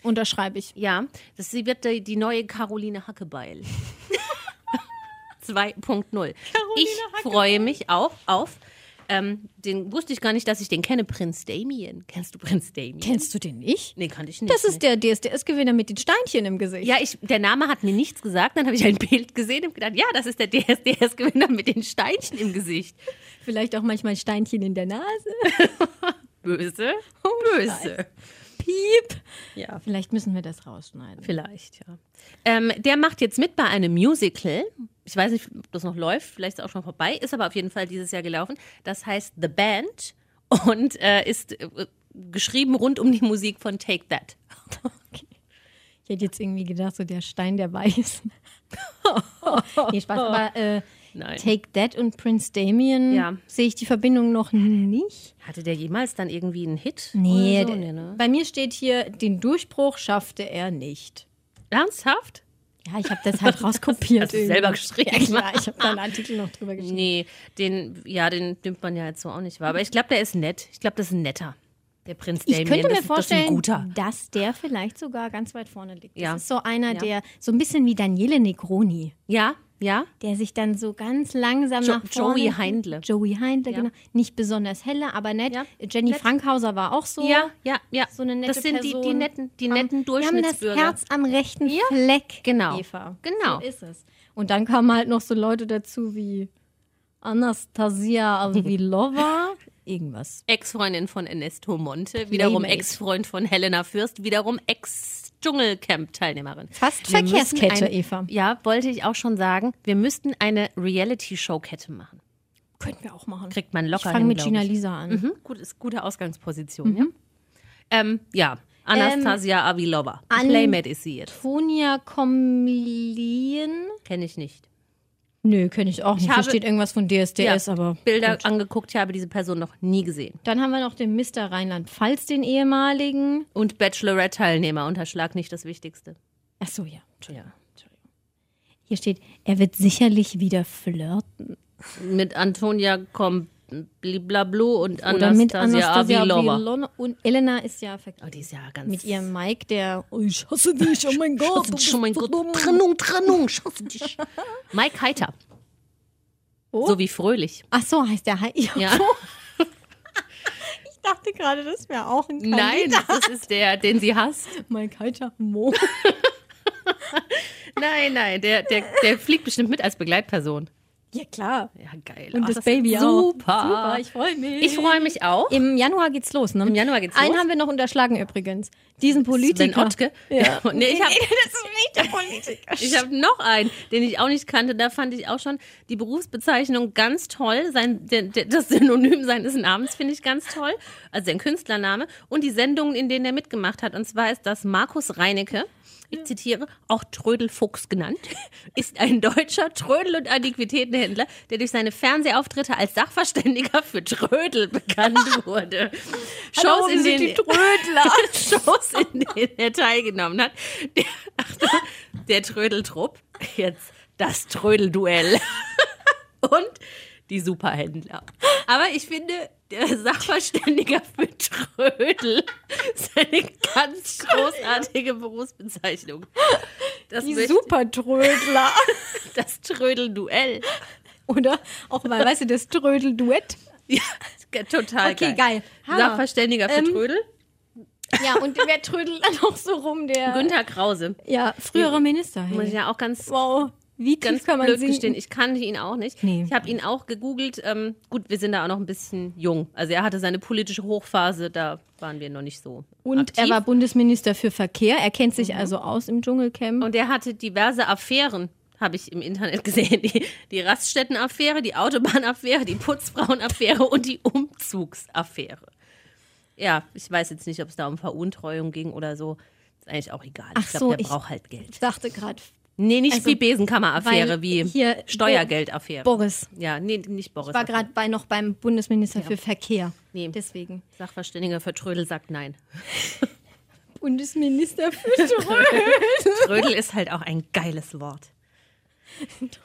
Speaker 2: unterschreibe ich.
Speaker 3: Ja, das, sie wird die, die neue Caroline Hackebeil. 2.0. Ich freue mich auch auf. Ähm, den wusste ich gar nicht, dass ich den kenne. Prinz Damien. Kennst du Prinz Damien?
Speaker 2: Kennst du den nicht?
Speaker 3: nee, kannte ich nicht.
Speaker 2: Das ist der DSDS-Gewinner mit den Steinchen im Gesicht.
Speaker 3: Ja, ich, der Name hat mir nichts gesagt. Dann habe ich ein Bild gesehen und gedacht, ja, das ist der DSDS-Gewinner mit den Steinchen im Gesicht.
Speaker 2: Vielleicht auch manchmal Steinchen in der Nase.
Speaker 3: Böse? Böse.
Speaker 2: Piep.
Speaker 3: Oh, Ja,
Speaker 2: Vielleicht müssen wir das rausschneiden.
Speaker 3: vielleicht, ja. Ähm, der macht jetzt mit bei einem Musical. Ich weiß nicht, ob das noch läuft, vielleicht ist es auch schon vorbei, ist aber auf jeden Fall dieses Jahr gelaufen. Das heißt The Band und äh, ist äh, geschrieben rund um die Musik von Take That.
Speaker 2: Ich hätte jetzt irgendwie gedacht, so der Stein der Weißen. nee, Spaß, aber äh,
Speaker 3: Nein.
Speaker 2: Take That und Prince Damien,
Speaker 3: Ja.
Speaker 2: sehe ich die Verbindung noch nicht.
Speaker 3: Hatte der jemals dann irgendwie einen Hit?
Speaker 2: Nee,
Speaker 3: Oder so?
Speaker 2: d-
Speaker 3: nee ne?
Speaker 2: bei mir steht hier, den Durchbruch schaffte er nicht.
Speaker 3: Ernsthaft?
Speaker 2: Ja, ich habe das halt rauskopiert.
Speaker 3: hast du
Speaker 2: irgendwie.
Speaker 3: selber geschrieben.
Speaker 2: Ja, klar, ich habe da einen Artikel noch drüber geschrieben.
Speaker 3: Nee, den, ja, den nimmt man ja jetzt so auch nicht wahr. Aber ich glaube, der ist nett. Ich glaube, das ist ein netter. Der Prinz Damien.
Speaker 2: Ich könnte
Speaker 3: das,
Speaker 2: mir vorstellen,
Speaker 3: Das ist ein guter.
Speaker 2: dass der vielleicht sogar ganz weit vorne liegt.
Speaker 3: Ja.
Speaker 2: Das ist so einer,
Speaker 3: Ja.
Speaker 2: der so ein bisschen wie Daniele Negroni,
Speaker 3: Ja, ja.
Speaker 2: der sich dann so ganz langsam
Speaker 3: Jo-
Speaker 2: nach vorne...
Speaker 3: Joey Heindle.
Speaker 2: Joey Heindle,
Speaker 3: Ja.
Speaker 2: genau. Nicht besonders helle, aber nett.
Speaker 3: Ja.
Speaker 2: Jenny
Speaker 3: Nett.
Speaker 2: Frankhauser war auch so.
Speaker 3: ja, ja, ja.
Speaker 2: So eine nette
Speaker 3: das sind die, die
Speaker 2: Person.
Speaker 3: netten, die
Speaker 2: Am-
Speaker 3: netten
Speaker 2: Wir haben das
Speaker 3: Durchschnittsbürger.
Speaker 2: Herz am rechten Fleck,
Speaker 3: genau.
Speaker 2: Eva.
Speaker 3: Genau.
Speaker 2: So ist es. Und dann kamen halt noch so Leute dazu wie Anastasia Avilova. Irgendwas.
Speaker 3: Ex-Freundin von Ernesto Monte, wiederum
Speaker 2: Playmate.
Speaker 3: Ex-Freund von Helena Fürst, wiederum Ex-Dschungelcamp-Teilnehmerin.
Speaker 2: Fast
Speaker 3: Wir müssen
Speaker 2: Verkehrskette,
Speaker 3: ein,
Speaker 2: Eva.
Speaker 3: Ja, wollte ich auch schon sagen. Wir müssten eine Reality-Show-Kette machen.
Speaker 2: Könnten wir auch machen.
Speaker 3: Kriegt man
Speaker 2: ich
Speaker 3: locker
Speaker 2: fange
Speaker 3: hin,
Speaker 2: mit
Speaker 3: glaub
Speaker 2: Gina
Speaker 3: ich.
Speaker 2: Lisa an.
Speaker 3: Mhm, gut, ist gute Ausgangsposition,
Speaker 2: Mhm.
Speaker 3: ja. Ähm, ja, Anastasia Avilova.
Speaker 2: Ähm, An-
Speaker 3: Playmate ist sie jetzt.
Speaker 2: Tonia Komlien?
Speaker 3: Kenne ich nicht.
Speaker 2: Nö, kenne ich auch nicht.
Speaker 3: habe-
Speaker 2: Hier steht irgendwas von DSDS,
Speaker 3: Ja,
Speaker 2: aber.
Speaker 3: Bilder angeguckt, ich habe diese Person noch nie gesehen.
Speaker 2: Dann haben wir noch den Mr. Rheinland-Pfalz, den ehemaligen.
Speaker 3: Und Bachelorette-Teilnehmer, unterschlag nicht das Wichtigste.
Speaker 2: Ach so, ja. Entschuldigung.
Speaker 3: Ja.
Speaker 2: Hier steht, er wird sicherlich wieder flirten.
Speaker 3: Mit Antonia Kombliblu und
Speaker 2: Oder mit
Speaker 3: Anastasia
Speaker 2: Anastasia
Speaker 3: Avilova.
Speaker 2: Avilova. Und Elena ist ja verkehrt.
Speaker 3: Oh, die ist ja ganz...
Speaker 2: Mit ihrem Mike, der, oh, ich hasse dich, oh mein Gott.
Speaker 3: Scheiße
Speaker 2: du
Speaker 3: dich, oh mein
Speaker 2: bist so
Speaker 3: Gott.
Speaker 2: dumm.
Speaker 3: Trennung, Trennung, scheiße dich. Mike Heiter.
Speaker 2: Oh.
Speaker 3: So wie fröhlich.
Speaker 2: Ach so, heißt der Hi.
Speaker 3: Ja.
Speaker 2: Ich dachte gerade, das wäre auch ein
Speaker 3: Nein, das ist der, den sie hasst.
Speaker 2: Mike Heiter, Mo.
Speaker 3: Nein, nein, der, der, der fliegt bestimmt mit als Begleitperson.
Speaker 2: Ja, klar.
Speaker 3: Ja, geil.
Speaker 2: Und
Speaker 3: Ach,
Speaker 2: das,
Speaker 3: ist
Speaker 2: Baby auch.
Speaker 3: super.
Speaker 2: Super, ich freue mich.
Speaker 3: Ich freue mich auch.
Speaker 2: Im Januar geht's los, ne?
Speaker 3: Im Januar geht's
Speaker 2: Einen
Speaker 3: los.
Speaker 2: haben wir noch unterschlagen übrigens. Diesen
Speaker 3: Sven
Speaker 2: Politiker.
Speaker 3: Ottke.
Speaker 2: Ja.
Speaker 3: Nee, ich habe
Speaker 2: das ist nicht der Politiker.
Speaker 3: ich hab noch einen, den ich auch nicht kannte. Da fand ich auch schon die Berufsbezeichnung ganz toll. Sein, der, der, das Synonym seines Namens finde ich ganz toll. Also sein Künstlername. Und die Sendungen, in denen er mitgemacht hat. Und zwar ist das Markus Reinecke. Ich zitiere, auch Trödelfuchs genannt, ist ein deutscher Trödel- und Antiquitätenhändler, der durch seine Fernsehauftritte als Sachverständiger für Trödel bekannt wurde.
Speaker 2: Hallo,
Speaker 3: Shows,
Speaker 2: wir
Speaker 3: in
Speaker 2: sind
Speaker 3: denen
Speaker 2: die Trödler.
Speaker 3: Shows, in denen er teilgenommen hat. Der, Achtung, der Trödeltrupp, jetzt das Trödelduell und die Superhändler. Aber ich finde, der Sachverständiger für Trödel ist eine ganz großartige Berufsbezeichnung. Das,
Speaker 2: Die
Speaker 3: möchte-
Speaker 2: Supertrödler.
Speaker 3: das Trödelduell.
Speaker 2: Oder auch mal, weißt du, das Trödelduett.
Speaker 3: Ja, total
Speaker 2: Okay,
Speaker 3: geil.
Speaker 2: geil. Hammer.
Speaker 3: Sachverständiger für
Speaker 2: Ähm,
Speaker 3: Trödel,
Speaker 2: Ja, und wer trödelt dann auch so rum, der.
Speaker 3: Günther Krause.
Speaker 2: Ja, früherer Minister.
Speaker 3: Muss ich
Speaker 2: Hey.
Speaker 3: ja auch ganz
Speaker 2: Wow, wie tief
Speaker 3: ganz
Speaker 2: kann man
Speaker 3: blöd
Speaker 2: sinken?
Speaker 3: gestehen, ich kannte ihn auch nicht.
Speaker 2: Nee.
Speaker 3: Ich habe ihn auch gegoogelt. Ähm, gut, wir sind da auch noch ein bisschen jung. Also er hatte seine politische Hochphase, da waren wir noch nicht so
Speaker 2: Und
Speaker 3: aktiv. Mhm.
Speaker 2: er war Bundesminister für Verkehr. Er kennt sich also aus im Dschungelcamp.
Speaker 3: Und er hatte diverse Affären, habe ich im Internet gesehen. Die, die Raststättenaffäre, die Autobahnaffäre, die Putzfrauenaffäre und die Umzugsaffäre. Ja, ich weiß jetzt nicht, ob es da um Veruntreuung ging oder so. Ist eigentlich auch egal.
Speaker 2: Ach
Speaker 3: ich
Speaker 2: so,
Speaker 3: glaube, der
Speaker 2: ich-
Speaker 3: braucht halt Geld.
Speaker 2: ich dachte gerade,
Speaker 3: Nee, nicht
Speaker 2: Also,
Speaker 3: wie Besenkammeraffäre,
Speaker 2: weil
Speaker 3: wie
Speaker 2: hier-
Speaker 3: Steuergeldaffäre.
Speaker 2: Boris
Speaker 3: ja, nee, nicht Boris.
Speaker 2: war gerade bei, noch beim Bundesminister für Verkehr.
Speaker 3: Nee.
Speaker 2: Deswegen.
Speaker 3: Sachverständiger für Trödel sagt nein.
Speaker 2: Bundesminister für Ström.
Speaker 3: Trödel ist halt auch ein geiles Wort.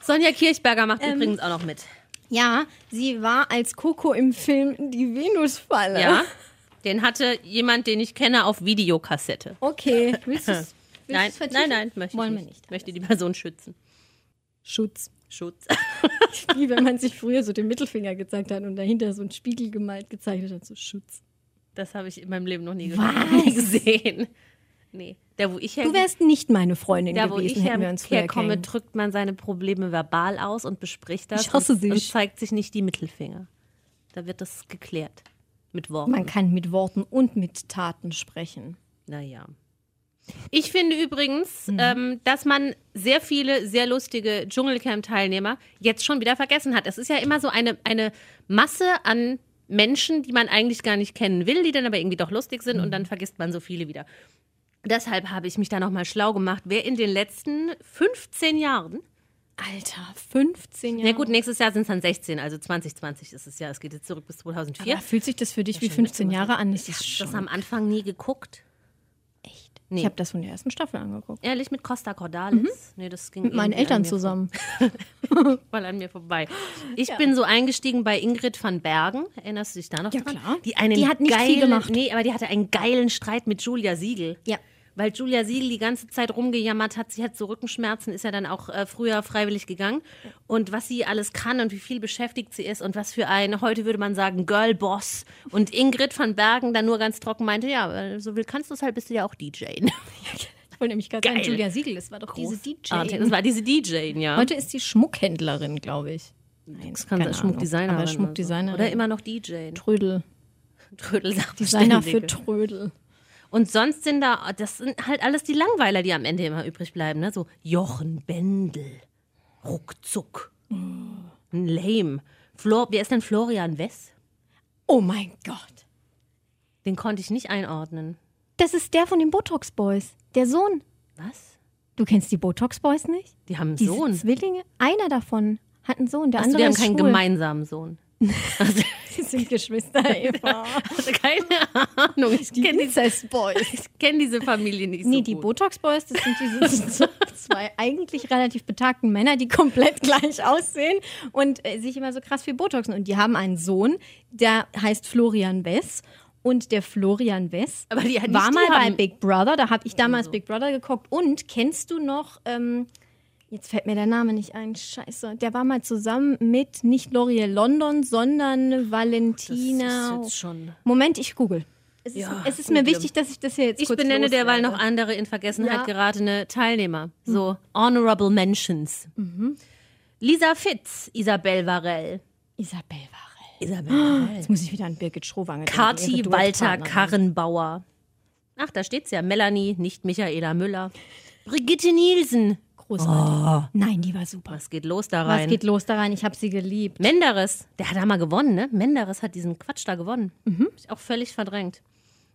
Speaker 3: Sonja Kirchberger macht
Speaker 2: Ähm.
Speaker 3: übrigens auch noch mit.
Speaker 2: ja, sie war als Coco im Film Die Venusfalle.
Speaker 3: Ja. Den hatte jemand, den ich kenne, auf Videokassette.
Speaker 2: Okay, willst du
Speaker 3: Nein, nein, nein, möchte
Speaker 2: Wollen
Speaker 3: ich
Speaker 2: wir nicht.
Speaker 3: Möchte die Person schützen.
Speaker 2: Schutz.
Speaker 3: Schutz.
Speaker 2: Wie wenn man sich früher so den Mittelfinger gezeigt hat und dahinter so einen Spiegel gemalt gezeichnet hat, so Schutz.
Speaker 3: Das habe ich in meinem Leben noch nie gesehen. Nie gesehen. Nee. Da, wo ich her,
Speaker 2: Du wärst nicht meine Freundin
Speaker 3: da, wo
Speaker 2: gewesen,
Speaker 3: ich
Speaker 2: hätten wir
Speaker 3: her,
Speaker 2: uns früher
Speaker 3: herkomme,
Speaker 2: kennengelernt.
Speaker 3: drückt man seine Probleme verbal aus und bespricht das
Speaker 2: Ich hasse
Speaker 3: und, und
Speaker 2: dich.
Speaker 3: zeigt sich nicht die Mittelfinger. Da wird das geklärt. Mit Worten.
Speaker 2: Man kann mit Worten und mit Taten sprechen.
Speaker 3: Naja. Ich finde übrigens,
Speaker 2: Mhm.
Speaker 3: ähm, dass man sehr viele sehr lustige Dschungelcamp-Teilnehmer jetzt schon wieder vergessen hat. Es ist ja immer so eine, eine Masse an Menschen, die man eigentlich gar nicht kennen will, die dann aber irgendwie doch lustig sind
Speaker 2: Mhm.
Speaker 3: und dann vergisst man so viele wieder. Deshalb habe ich mich da nochmal schlau gemacht, wer in den letzten 15 Jahren,
Speaker 2: Alter, 15
Speaker 3: na
Speaker 2: Jahre.
Speaker 3: gut, nächstes Jahr sind es dann 16, also 2020 ist es ja, es geht jetzt zurück bis 2004.
Speaker 2: Aber fühlt sich das für dich wie 15 Jahre an? Das ist
Speaker 3: ich
Speaker 2: schon
Speaker 3: habe das am Anfang nie geguckt.
Speaker 2: echt.
Speaker 3: Nee.
Speaker 2: Ich habe das von der ersten Staffel angeguckt.
Speaker 3: Ehrlich, mit Costa Cordalis? Nee, das ging
Speaker 2: Mhm. Mit meinen
Speaker 3: irgendwie an
Speaker 2: Eltern
Speaker 3: mir
Speaker 2: zusammen.
Speaker 3: voll an mir vorbei. Ich bin so eingestiegen bei Ingrid van Bergen. Erinnerst du dich da noch
Speaker 2: Ja,
Speaker 3: dran?
Speaker 2: klar.
Speaker 3: Die, einen
Speaker 2: Die hat nicht
Speaker 3: geilen,
Speaker 2: viel gemacht.
Speaker 3: Nee, aber die hatte einen geilen Streit mit Julia Siegel.
Speaker 2: Ja.
Speaker 3: Weil Julia Siegel die ganze Zeit rumgejammert hat, sie hat so Rückenschmerzen, ist ja dann auch äh, früher freiwillig gegangen. Und was sie alles kann und wie viel beschäftigt sie ist und was für ein, heute würde man sagen, Girlboss. Und Ingrid van Bergen dann nur ganz trocken meinte, ja, äh, so will kannst du es halt, bist du ja auch DJing.
Speaker 2: Ich wollte nämlich gerade sagen,
Speaker 3: Geil.
Speaker 2: Julia Siegel, das war doch diese
Speaker 3: Artig.
Speaker 2: DJ.
Speaker 3: Ah, Das war diese DJing, ja.
Speaker 2: Heute ist sie Schmuckhändlerin, glaube ich. Nein,
Speaker 3: Das kann sein, Schmuckdesigner.
Speaker 2: Aber Schmuckdesigner.
Speaker 3: Oder immer noch DJ.
Speaker 2: Trödel.
Speaker 3: Trödel
Speaker 2: Designer für Trödel.
Speaker 3: Und sonst sind da, das sind halt alles die Langweiler, die am Ende immer übrig bleiben. Ne? So Jochen Bendel, Ruckzuck,
Speaker 2: Mm.
Speaker 3: ein Lame. Flor, wer ist denn Florian Wess?
Speaker 2: Oh mein Gott.
Speaker 3: Den konnte ich nicht einordnen.
Speaker 2: Das ist der von den Botox Boys. Der Sohn.
Speaker 3: Was?
Speaker 2: Du kennst die Botox Boys nicht?
Speaker 3: Die haben einen
Speaker 2: Diese
Speaker 3: Sohn.
Speaker 2: Zwillinge. Einer davon hat einen Sohn, der
Speaker 3: Also,
Speaker 2: andere
Speaker 3: die haben
Speaker 2: ist
Speaker 3: keinen
Speaker 2: schwul.
Speaker 3: gemeinsamen Sohn. Also,
Speaker 2: Sie sind Geschwister, Eva.
Speaker 3: also keine Ahnung. Ich
Speaker 2: Die
Speaker 3: kenne
Speaker 2: Incest Boys.
Speaker 3: kenn diese Familie nicht so
Speaker 2: Nee, die
Speaker 3: gut.
Speaker 2: Botox Boys, das sind diese zwei eigentlich relativ betagten Männer, die komplett gleich aussehen und äh, sich immer so krass viel Botoxen. Und die haben einen Sohn, der heißt Florian Wess. Und der Florian Wess
Speaker 3: Aber die- nicht
Speaker 2: war
Speaker 3: die
Speaker 2: mal bei
Speaker 3: Äh, haben- Also.
Speaker 2: Big Brother, da habe ich damals Big Brother geguckt. Und kennst du noch, ähm, jetzt fällt mir der Name nicht ein, scheiße, der war mal zusammen mit nicht L'Oreal London, sondern
Speaker 3: Das
Speaker 2: Valentina.
Speaker 3: ist jetzt schon.
Speaker 2: Moment, ich google. Es ist,
Speaker 3: Ja,
Speaker 2: es ist mir
Speaker 3: google.
Speaker 2: wichtig, dass ich das hier jetzt
Speaker 3: Ich
Speaker 2: kurz
Speaker 3: benenne derweil
Speaker 2: loswerde.
Speaker 3: noch andere in Vergessenheit
Speaker 2: Ja. Mhm.
Speaker 3: geratene Teilnehmer. So, Honorable Mentions. Lisa Fitz, Isabel Varell.
Speaker 2: Isabel Warell.
Speaker 3: Isabel Varell.
Speaker 2: Jetzt muss ich wieder an Birgit Schrowange denken. ihre
Speaker 3: Ah, Kati Walter
Speaker 2: Duettpartnerin.
Speaker 3: Karrenbauer. Ach, da steht's ja. Melanie, nicht Michaela Müller. Brigitte Nielsen.
Speaker 2: Großartig. Oh. Nein, die war super.
Speaker 3: Was geht los da
Speaker 2: Was
Speaker 3: rein?
Speaker 2: geht los da rein? Ich habe sie geliebt.
Speaker 3: Menderes, der hat da mal gewonnen, ne? Menderes hat diesen Quatsch da gewonnen.
Speaker 2: Mhm.
Speaker 3: Hab Ich auch völlig verdrängt.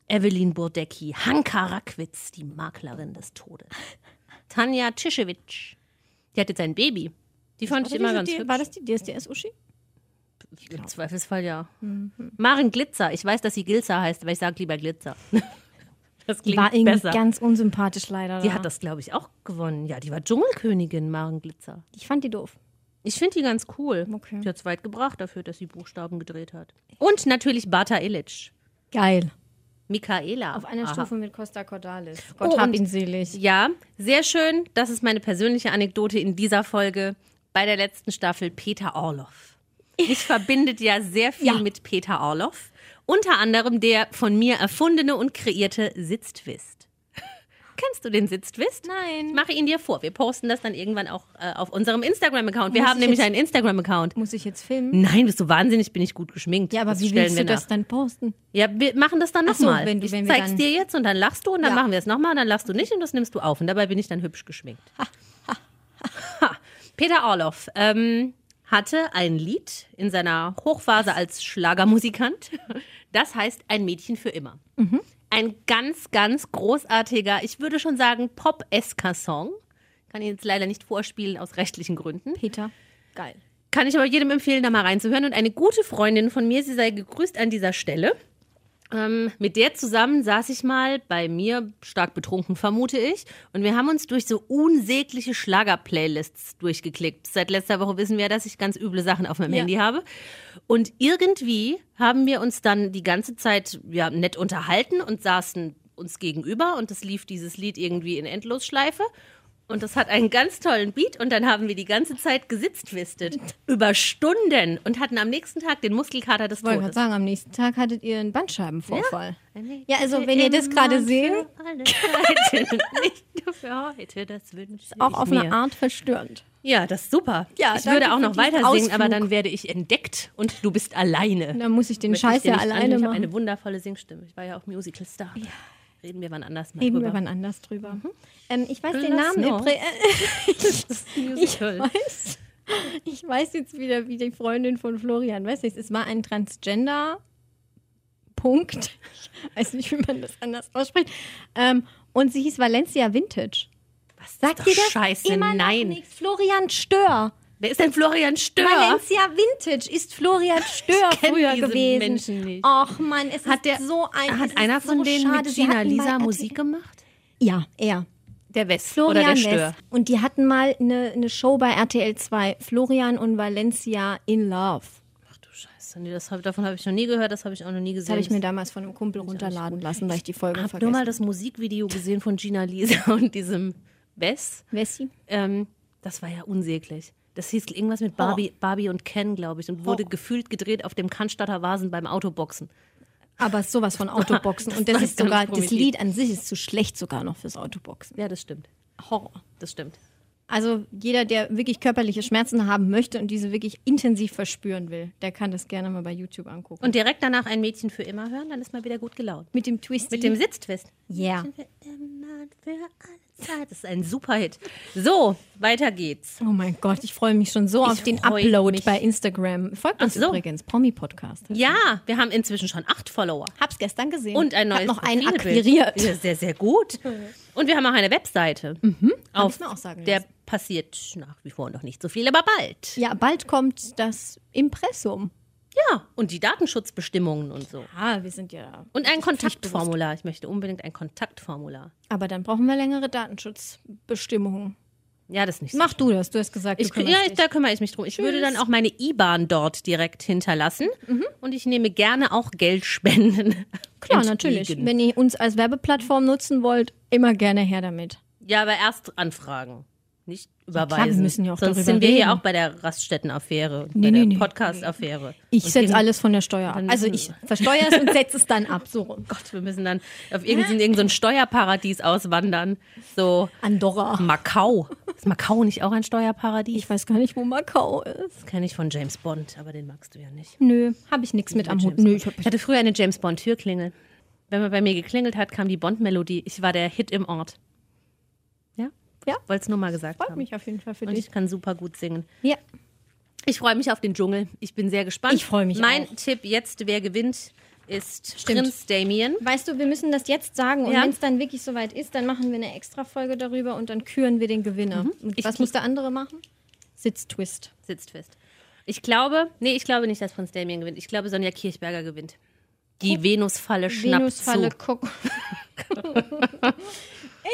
Speaker 3: Evelyn Burdecki, Hanka Rakwitz, die Maklerin des Todes. Tanja Tschitschewitsch, die hat jetzt ein Baby. Die fand ich immer ganz
Speaker 2: die,
Speaker 3: hübsch.
Speaker 2: War das die DSDS-Uschi?
Speaker 3: Im Zweifelsfall ja.
Speaker 2: Mhm.
Speaker 3: Maren Glitzer, ich weiß, dass sie Glitzer heißt, aber ich sage lieber Glitzer. das
Speaker 2: Die
Speaker 3: klingt
Speaker 2: war irgendwie
Speaker 3: besser.
Speaker 2: ganz unsympathisch leider.
Speaker 3: Die hat das, glaube ich, auch gewonnen. Ja, die war Dschungelkönigin, Maren Glitzer.
Speaker 2: Ich fand die doof.
Speaker 3: Ich finde die ganz cool.
Speaker 2: Okay.
Speaker 3: Die hat es weit gebracht dafür, dass sie Buchstaben gedreht hat. Und natürlich Bata Illich.
Speaker 2: Geil.
Speaker 3: Michaela.
Speaker 2: Auf einer
Speaker 3: Aha.
Speaker 2: Stufe mit Costa Cordalis. Gott
Speaker 3: Oh,
Speaker 2: hab
Speaker 3: und-
Speaker 2: ihn selig.
Speaker 3: Ja, sehr schön. Das ist meine persönliche Anekdote in dieser Folge bei der letzten Staffel Peter Orloff. Mich verbindet ja sehr viel
Speaker 2: Ja.
Speaker 3: mit Peter Orloff. Unter anderem der von mir erfundene und kreierte Sitztwist. Kennst du den Sitztwist? Ich
Speaker 2: Nein.
Speaker 3: mache ihn dir vor. Wir posten das dann irgendwann auch äh, auf unserem Instagram-Account. Wir
Speaker 2: Muss
Speaker 3: haben
Speaker 2: ich
Speaker 3: nämlich
Speaker 2: jetzt-
Speaker 3: einen Instagram-Account.
Speaker 2: Muss ich jetzt filmen?
Speaker 3: Nein, bist du wahnsinnig, bin ich gut geschminkt.
Speaker 2: Ja, aber
Speaker 3: das
Speaker 2: wie
Speaker 3: stellen
Speaker 2: willst
Speaker 3: wir
Speaker 2: du das
Speaker 3: nach.
Speaker 2: dann posten?
Speaker 3: Ja, wir machen das dann
Speaker 2: Ach so,
Speaker 3: nochmal.
Speaker 2: wenn du-
Speaker 3: ich
Speaker 2: wenn wir
Speaker 3: zeig's
Speaker 2: dann-
Speaker 3: dir jetzt und dann lachst du und dann
Speaker 2: Ja.
Speaker 3: machen wir es nochmal und dann lachst du nicht und das nimmst du auf. Und dabei bin ich dann hübsch geschminkt. Ha. Peter Orloff ähm, hatte ein Lied in seiner Hochphase als Schlagermusikant. Das heißt Ein Mädchen für immer.
Speaker 2: Mhm.
Speaker 3: Ein ganz, ganz großartiger, ich würde schon sagen, pop-esker Song. Kann ihn jetzt leider nicht vorspielen aus rechtlichen Gründen.
Speaker 2: Peter. Geil.
Speaker 3: Kann ich aber jedem empfehlen, da mal reinzuhören. Und eine gute Freundin von mir, sie sei gegrüßt an dieser Stelle, Ähm, mit der zusammen saß ich mal bei mir, stark betrunken vermute ich, und wir haben uns durch so unsägliche Schlager-Playlists durchgeklickt. Seit letzter Woche wissen wir, ja, dass ich ganz üble Sachen auf meinem
Speaker 2: Ja.
Speaker 3: Handy habe. Und irgendwie haben wir uns dann die ganze Zeit ja, nett unterhalten und saßen uns gegenüber und es lief dieses Lied irgendwie in Endlosschleife. Und das hat einen ganz tollen Beat und dann haben wir die ganze Zeit gesitztwistet. Über Stunden und hatten am nächsten Tag den Muskelkater des
Speaker 2: Ich wollte gerade
Speaker 3: Todes.
Speaker 2: sagen, am nächsten Tag hattet ihr einen Bandscheibenvorfall. Ja, also wenn
Speaker 3: Immer
Speaker 2: ihr das gerade
Speaker 3: für
Speaker 2: seht,
Speaker 3: alle Zeiten, nicht nur für heute, das wünsche ich
Speaker 2: auch auf
Speaker 3: mir.
Speaker 2: eine Art verstörend.
Speaker 3: Ja, das ist super.
Speaker 2: Ja,
Speaker 3: ich
Speaker 2: danke
Speaker 3: würde auch
Speaker 2: für
Speaker 3: noch
Speaker 2: diesen
Speaker 3: weiter singen, aber
Speaker 2: Ausflug.
Speaker 3: dann werde ich entdeckt und du bist alleine.
Speaker 2: Dann muss ich den
Speaker 3: Möchte
Speaker 2: Scheiß
Speaker 3: ich dir
Speaker 2: ja
Speaker 3: nicht an-
Speaker 2: alleine
Speaker 3: Ich habe
Speaker 2: machen.
Speaker 3: eine wundervolle Singstimme. Ich war ja auch Musicalstar. Reden wir wann anders mal
Speaker 2: Reden wir
Speaker 3: drüber.
Speaker 2: wann anders drüber.
Speaker 3: Mhm.
Speaker 2: Ähm, ich weiß
Speaker 3: Lass
Speaker 2: den Namen
Speaker 3: noch.
Speaker 2: übrig. Ich
Speaker 3: Musical.
Speaker 2: weiß, ich weiß jetzt wieder, wie die Freundin von Florian, weiß nicht, es war ein Transgender Punkt. Ich weiß nicht, wie man das anders ausspricht. Ähm, und sie hieß Valencia Vintage.
Speaker 3: Was
Speaker 2: Sagt
Speaker 3: doch
Speaker 2: ihr das?
Speaker 3: Scheiße,
Speaker 2: Immer noch
Speaker 3: nein.
Speaker 2: nichts. Florian Stör.
Speaker 3: Wer ist denn Florian Stör?
Speaker 2: Valencia Vintage ist Florian Stör
Speaker 3: kenn
Speaker 2: früher
Speaker 3: diese
Speaker 2: gewesen.
Speaker 3: Menschen nicht.
Speaker 2: Och Mann, es ist
Speaker 3: Hat der-
Speaker 2: so ein es
Speaker 3: Hat
Speaker 2: ist
Speaker 3: einer von
Speaker 2: so
Speaker 3: denen
Speaker 2: schade.
Speaker 3: mit
Speaker 2: Sie
Speaker 3: Gina
Speaker 2: hatten mal
Speaker 3: Lisa
Speaker 2: Artikel-
Speaker 3: Musik gemacht?
Speaker 2: Ja, er.
Speaker 3: Der West
Speaker 2: Florian
Speaker 3: oder der Stör?
Speaker 2: West. Und die hatten mal eine ne Show bei RTL 2, Florian und Valencia in Love.
Speaker 3: Ach du Scheiße, nee, das hab, davon habe ich noch nie gehört, das habe ich auch noch nie
Speaker 2: Das
Speaker 3: gesehen.
Speaker 2: habe ich mir damals von einem Kumpel runterladen lassen, weil ich die Folge
Speaker 3: habe nur
Speaker 2: vergessen
Speaker 3: mal
Speaker 2: habe.
Speaker 3: das Musikvideo gesehen von Gina Lisa und diesem Wes.
Speaker 2: Wessi?
Speaker 3: Ähm, das war ja unsäglich. Das hieß irgendwas mit Barbie, Barbie und Ken, glaube ich, und wurde gefühlt gedreht auf dem Cannstatter Vasen beim Autoboxen.
Speaker 2: Aber sowas von Autoboxen. Und das
Speaker 3: war
Speaker 2: ist
Speaker 3: ganz
Speaker 2: sogar, das
Speaker 3: primitiv.
Speaker 2: Lied an sich ist zu schlecht sogar noch fürs Autoboxen.
Speaker 3: Ja, das stimmt.
Speaker 2: Horror.
Speaker 3: Das stimmt.
Speaker 2: Also jeder, der wirklich körperliche Schmerzen haben möchte und diese wirklich intensiv verspüren will, der kann das gerne mal bei YouTube angucken.
Speaker 3: Und direkt danach ein Mädchen für immer hören, dann ist man wieder gut gelaunt.
Speaker 2: mit dem Twist.
Speaker 3: Mit dem Sitztwist.
Speaker 2: Ja.
Speaker 3: Für immer und für alle Zeit. Das ist ein super Hit. So, weiter geht's.
Speaker 2: Oh mein Gott, ich freue mich schon so auf den
Speaker 3: freu
Speaker 2: Upload
Speaker 3: mich.
Speaker 2: bei Instagram. Folgt uns
Speaker 3: Ach so.
Speaker 2: übrigens, Promi Podcast.
Speaker 3: Ja, wir haben inzwischen schon acht Follower.
Speaker 2: Hab's gestern gesehen.
Speaker 3: Und ein neues
Speaker 2: Hab noch einen
Speaker 3: Profilbild.
Speaker 2: akquiriert.
Speaker 3: Ja, sehr, sehr gut. Und wir haben auch eine Webseite. Auf
Speaker 2: ich mir auch sagen
Speaker 3: der
Speaker 2: lassen.
Speaker 3: passiert nach wie vor noch nicht so viel, aber bald.
Speaker 2: Ja, bald kommt das Impressum.
Speaker 3: Ja, und die Datenschutzbestimmungen und so.
Speaker 2: Ah, wir sind ja.
Speaker 3: Und ein Kontaktformular. Ich möchte unbedingt ein Kontaktformular.
Speaker 2: Aber dann brauchen wir längere Datenschutzbestimmungen.
Speaker 3: Ja, das ist nicht so.
Speaker 2: Mach du das, du hast gesagt,
Speaker 3: Ich,
Speaker 2: du
Speaker 3: ja,
Speaker 2: kümmerst
Speaker 3: ich, da kümmere ich mich drum. Ich würde dann auch meine IBAN dort direkt hinterlassen.
Speaker 2: Mhm.
Speaker 3: Und ich nehme gerne auch Geldspenden.
Speaker 2: dich. Klar, natürlich.
Speaker 3: entgegen.
Speaker 2: Wenn ihr uns als Werbeplattform nutzen wollt, immer gerne her damit.
Speaker 3: Ja, aber erst anfragen. Nicht überweisen.
Speaker 2: wir müssen ja auch
Speaker 3: Sonst
Speaker 2: darüber
Speaker 3: sind wir
Speaker 2: reden.
Speaker 3: ja auch bei der Raststättenaffäre, und
Speaker 2: nee,
Speaker 3: bei der
Speaker 2: nee.
Speaker 3: Podcast-Affäre.
Speaker 2: Ich
Speaker 3: Und
Speaker 2: setze
Speaker 3: irgend-
Speaker 2: alles von der Steuer ab.
Speaker 3: Dann
Speaker 2: Also ich
Speaker 3: müssen
Speaker 2: versteuere es und setze es dann ab. So rum.
Speaker 3: Gott, wir müssen dann auf irgendein, in irgendein Steuerparadies auswandern. So
Speaker 2: Andorra.
Speaker 3: Macau. Ist Macau nicht auch ein Steuerparadies?
Speaker 2: Ich weiß gar nicht, wo Macau ist.
Speaker 3: Das kenne ich von James Bond, aber den magst du ja nicht.
Speaker 2: Nö, habe ich nichts mit am Hut.
Speaker 3: James
Speaker 2: Nö,
Speaker 3: Bond.
Speaker 2: ich hab
Speaker 3: Ich hatte früher eine James Bond Türklingel. Wenn man bei mir geklingelt hat, kam die Bond Melodie. Ich war der Hit im Ort. Ja?
Speaker 2: Ja.
Speaker 3: Wollte es nur mal gesagt
Speaker 2: freut
Speaker 3: haben.
Speaker 2: mich auf jeden Fall für
Speaker 3: Und
Speaker 2: dich.
Speaker 3: ich kann super gut singen.
Speaker 2: Ja.
Speaker 3: Ich freue mich auf den Dschungel. Ich bin sehr gespannt.
Speaker 2: Ich freu mich
Speaker 3: Mein
Speaker 2: auch.
Speaker 3: Tipp jetzt, wer gewinnt, ist
Speaker 2: Stimmt.
Speaker 3: Prinz Damien.
Speaker 2: Weißt du, wir müssen das jetzt sagen und
Speaker 3: Ja.
Speaker 2: wenn es dann wirklich soweit ist, dann machen wir eine extra Folge darüber und dann küren wir den Gewinner. Und
Speaker 3: Ich-
Speaker 2: was muss der andere machen? Sitztwist.
Speaker 3: Sitzt fest. Ich glaube, nee, ich glaube nicht, dass Prinz Damien gewinnt. Ich glaube, Sonja Kirchberger gewinnt. Die Venusfalle schnappt
Speaker 2: Venusfalle
Speaker 3: zu.
Speaker 2: gucken.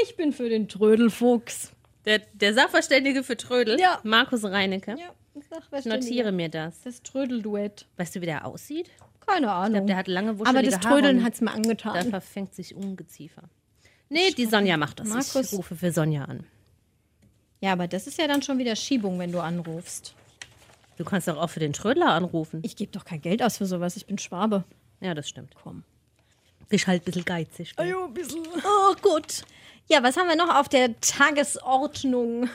Speaker 2: ich bin für den Trödelfuchs.
Speaker 3: Der, der Sachverständige für Trödel,
Speaker 2: Ja.
Speaker 3: Markus Reinecke.
Speaker 2: Ja, sag was
Speaker 3: Ich notiere mir das.
Speaker 2: Das Trödelduett.
Speaker 3: Weißt du, wie der aussieht?
Speaker 2: Keine
Speaker 3: Ich
Speaker 2: Ahnung.
Speaker 3: glaube, der hat lange
Speaker 2: Oh. Aber
Speaker 3: wuschelige
Speaker 2: das
Speaker 3: Haare
Speaker 2: Trödeln
Speaker 3: und
Speaker 2: hat es mir angetan.
Speaker 3: Da verfängt sich Ungeziefer. Nee, die Sonja macht das.
Speaker 2: Markus-
Speaker 3: Ich rufe für Sonja an.
Speaker 2: Ja, aber das ist ja dann schon wieder Schiebung, wenn du anrufst.
Speaker 3: Du kannst doch auch für den Trödler anrufen.
Speaker 2: Ich gebe doch kein Geld aus für sowas. Ich bin Schwabe.
Speaker 3: Ja, das stimmt.
Speaker 2: Komm.
Speaker 3: Bist halt ein bisschen geizig. Gell?
Speaker 2: ein bisschen. Oh, gut. Ja, was haben wir noch auf der Tagesordnung?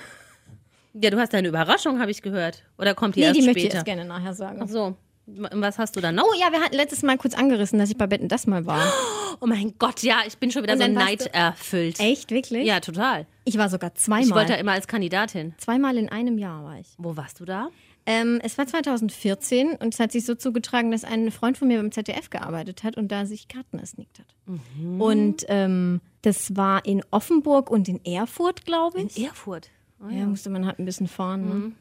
Speaker 3: Ja, du hast eine Überraschung, habe ich gehört. Oder kommt die
Speaker 2: Nee,
Speaker 3: erst
Speaker 2: die möchte ich
Speaker 3: später?
Speaker 2: jetzt gerne nachher sagen.
Speaker 3: Ach so. Und Was hast du da
Speaker 2: Oh
Speaker 3: noch?
Speaker 2: ja, wir hatten letztes Mal kurz angerissen, dass ich bei Betten das mal war.
Speaker 3: Oh mein Gott, ja, ich bin schon wieder
Speaker 2: Und
Speaker 3: so
Speaker 2: dann warst du-
Speaker 3: neiderfüllt.
Speaker 2: Echt, wirklich?
Speaker 3: Ja, total.
Speaker 2: Ich war sogar zweimal.
Speaker 3: Ich wollte ja immer als Kandidatin.
Speaker 2: zweimal in einem Jahr war ich.
Speaker 3: Wo warst du da?
Speaker 2: Ähm, es war 2014 und es hat sich so zugetragen, dass ein Freund von mir beim ZDF gearbeitet hat und da sich Karten ersnickt hat. Und ähm, das war in Offenburg und in Erfurt, glaube ich.
Speaker 3: Erfurt. Oh Mhm.
Speaker 2: Ja, musste man halt ein bisschen fahren. Ne?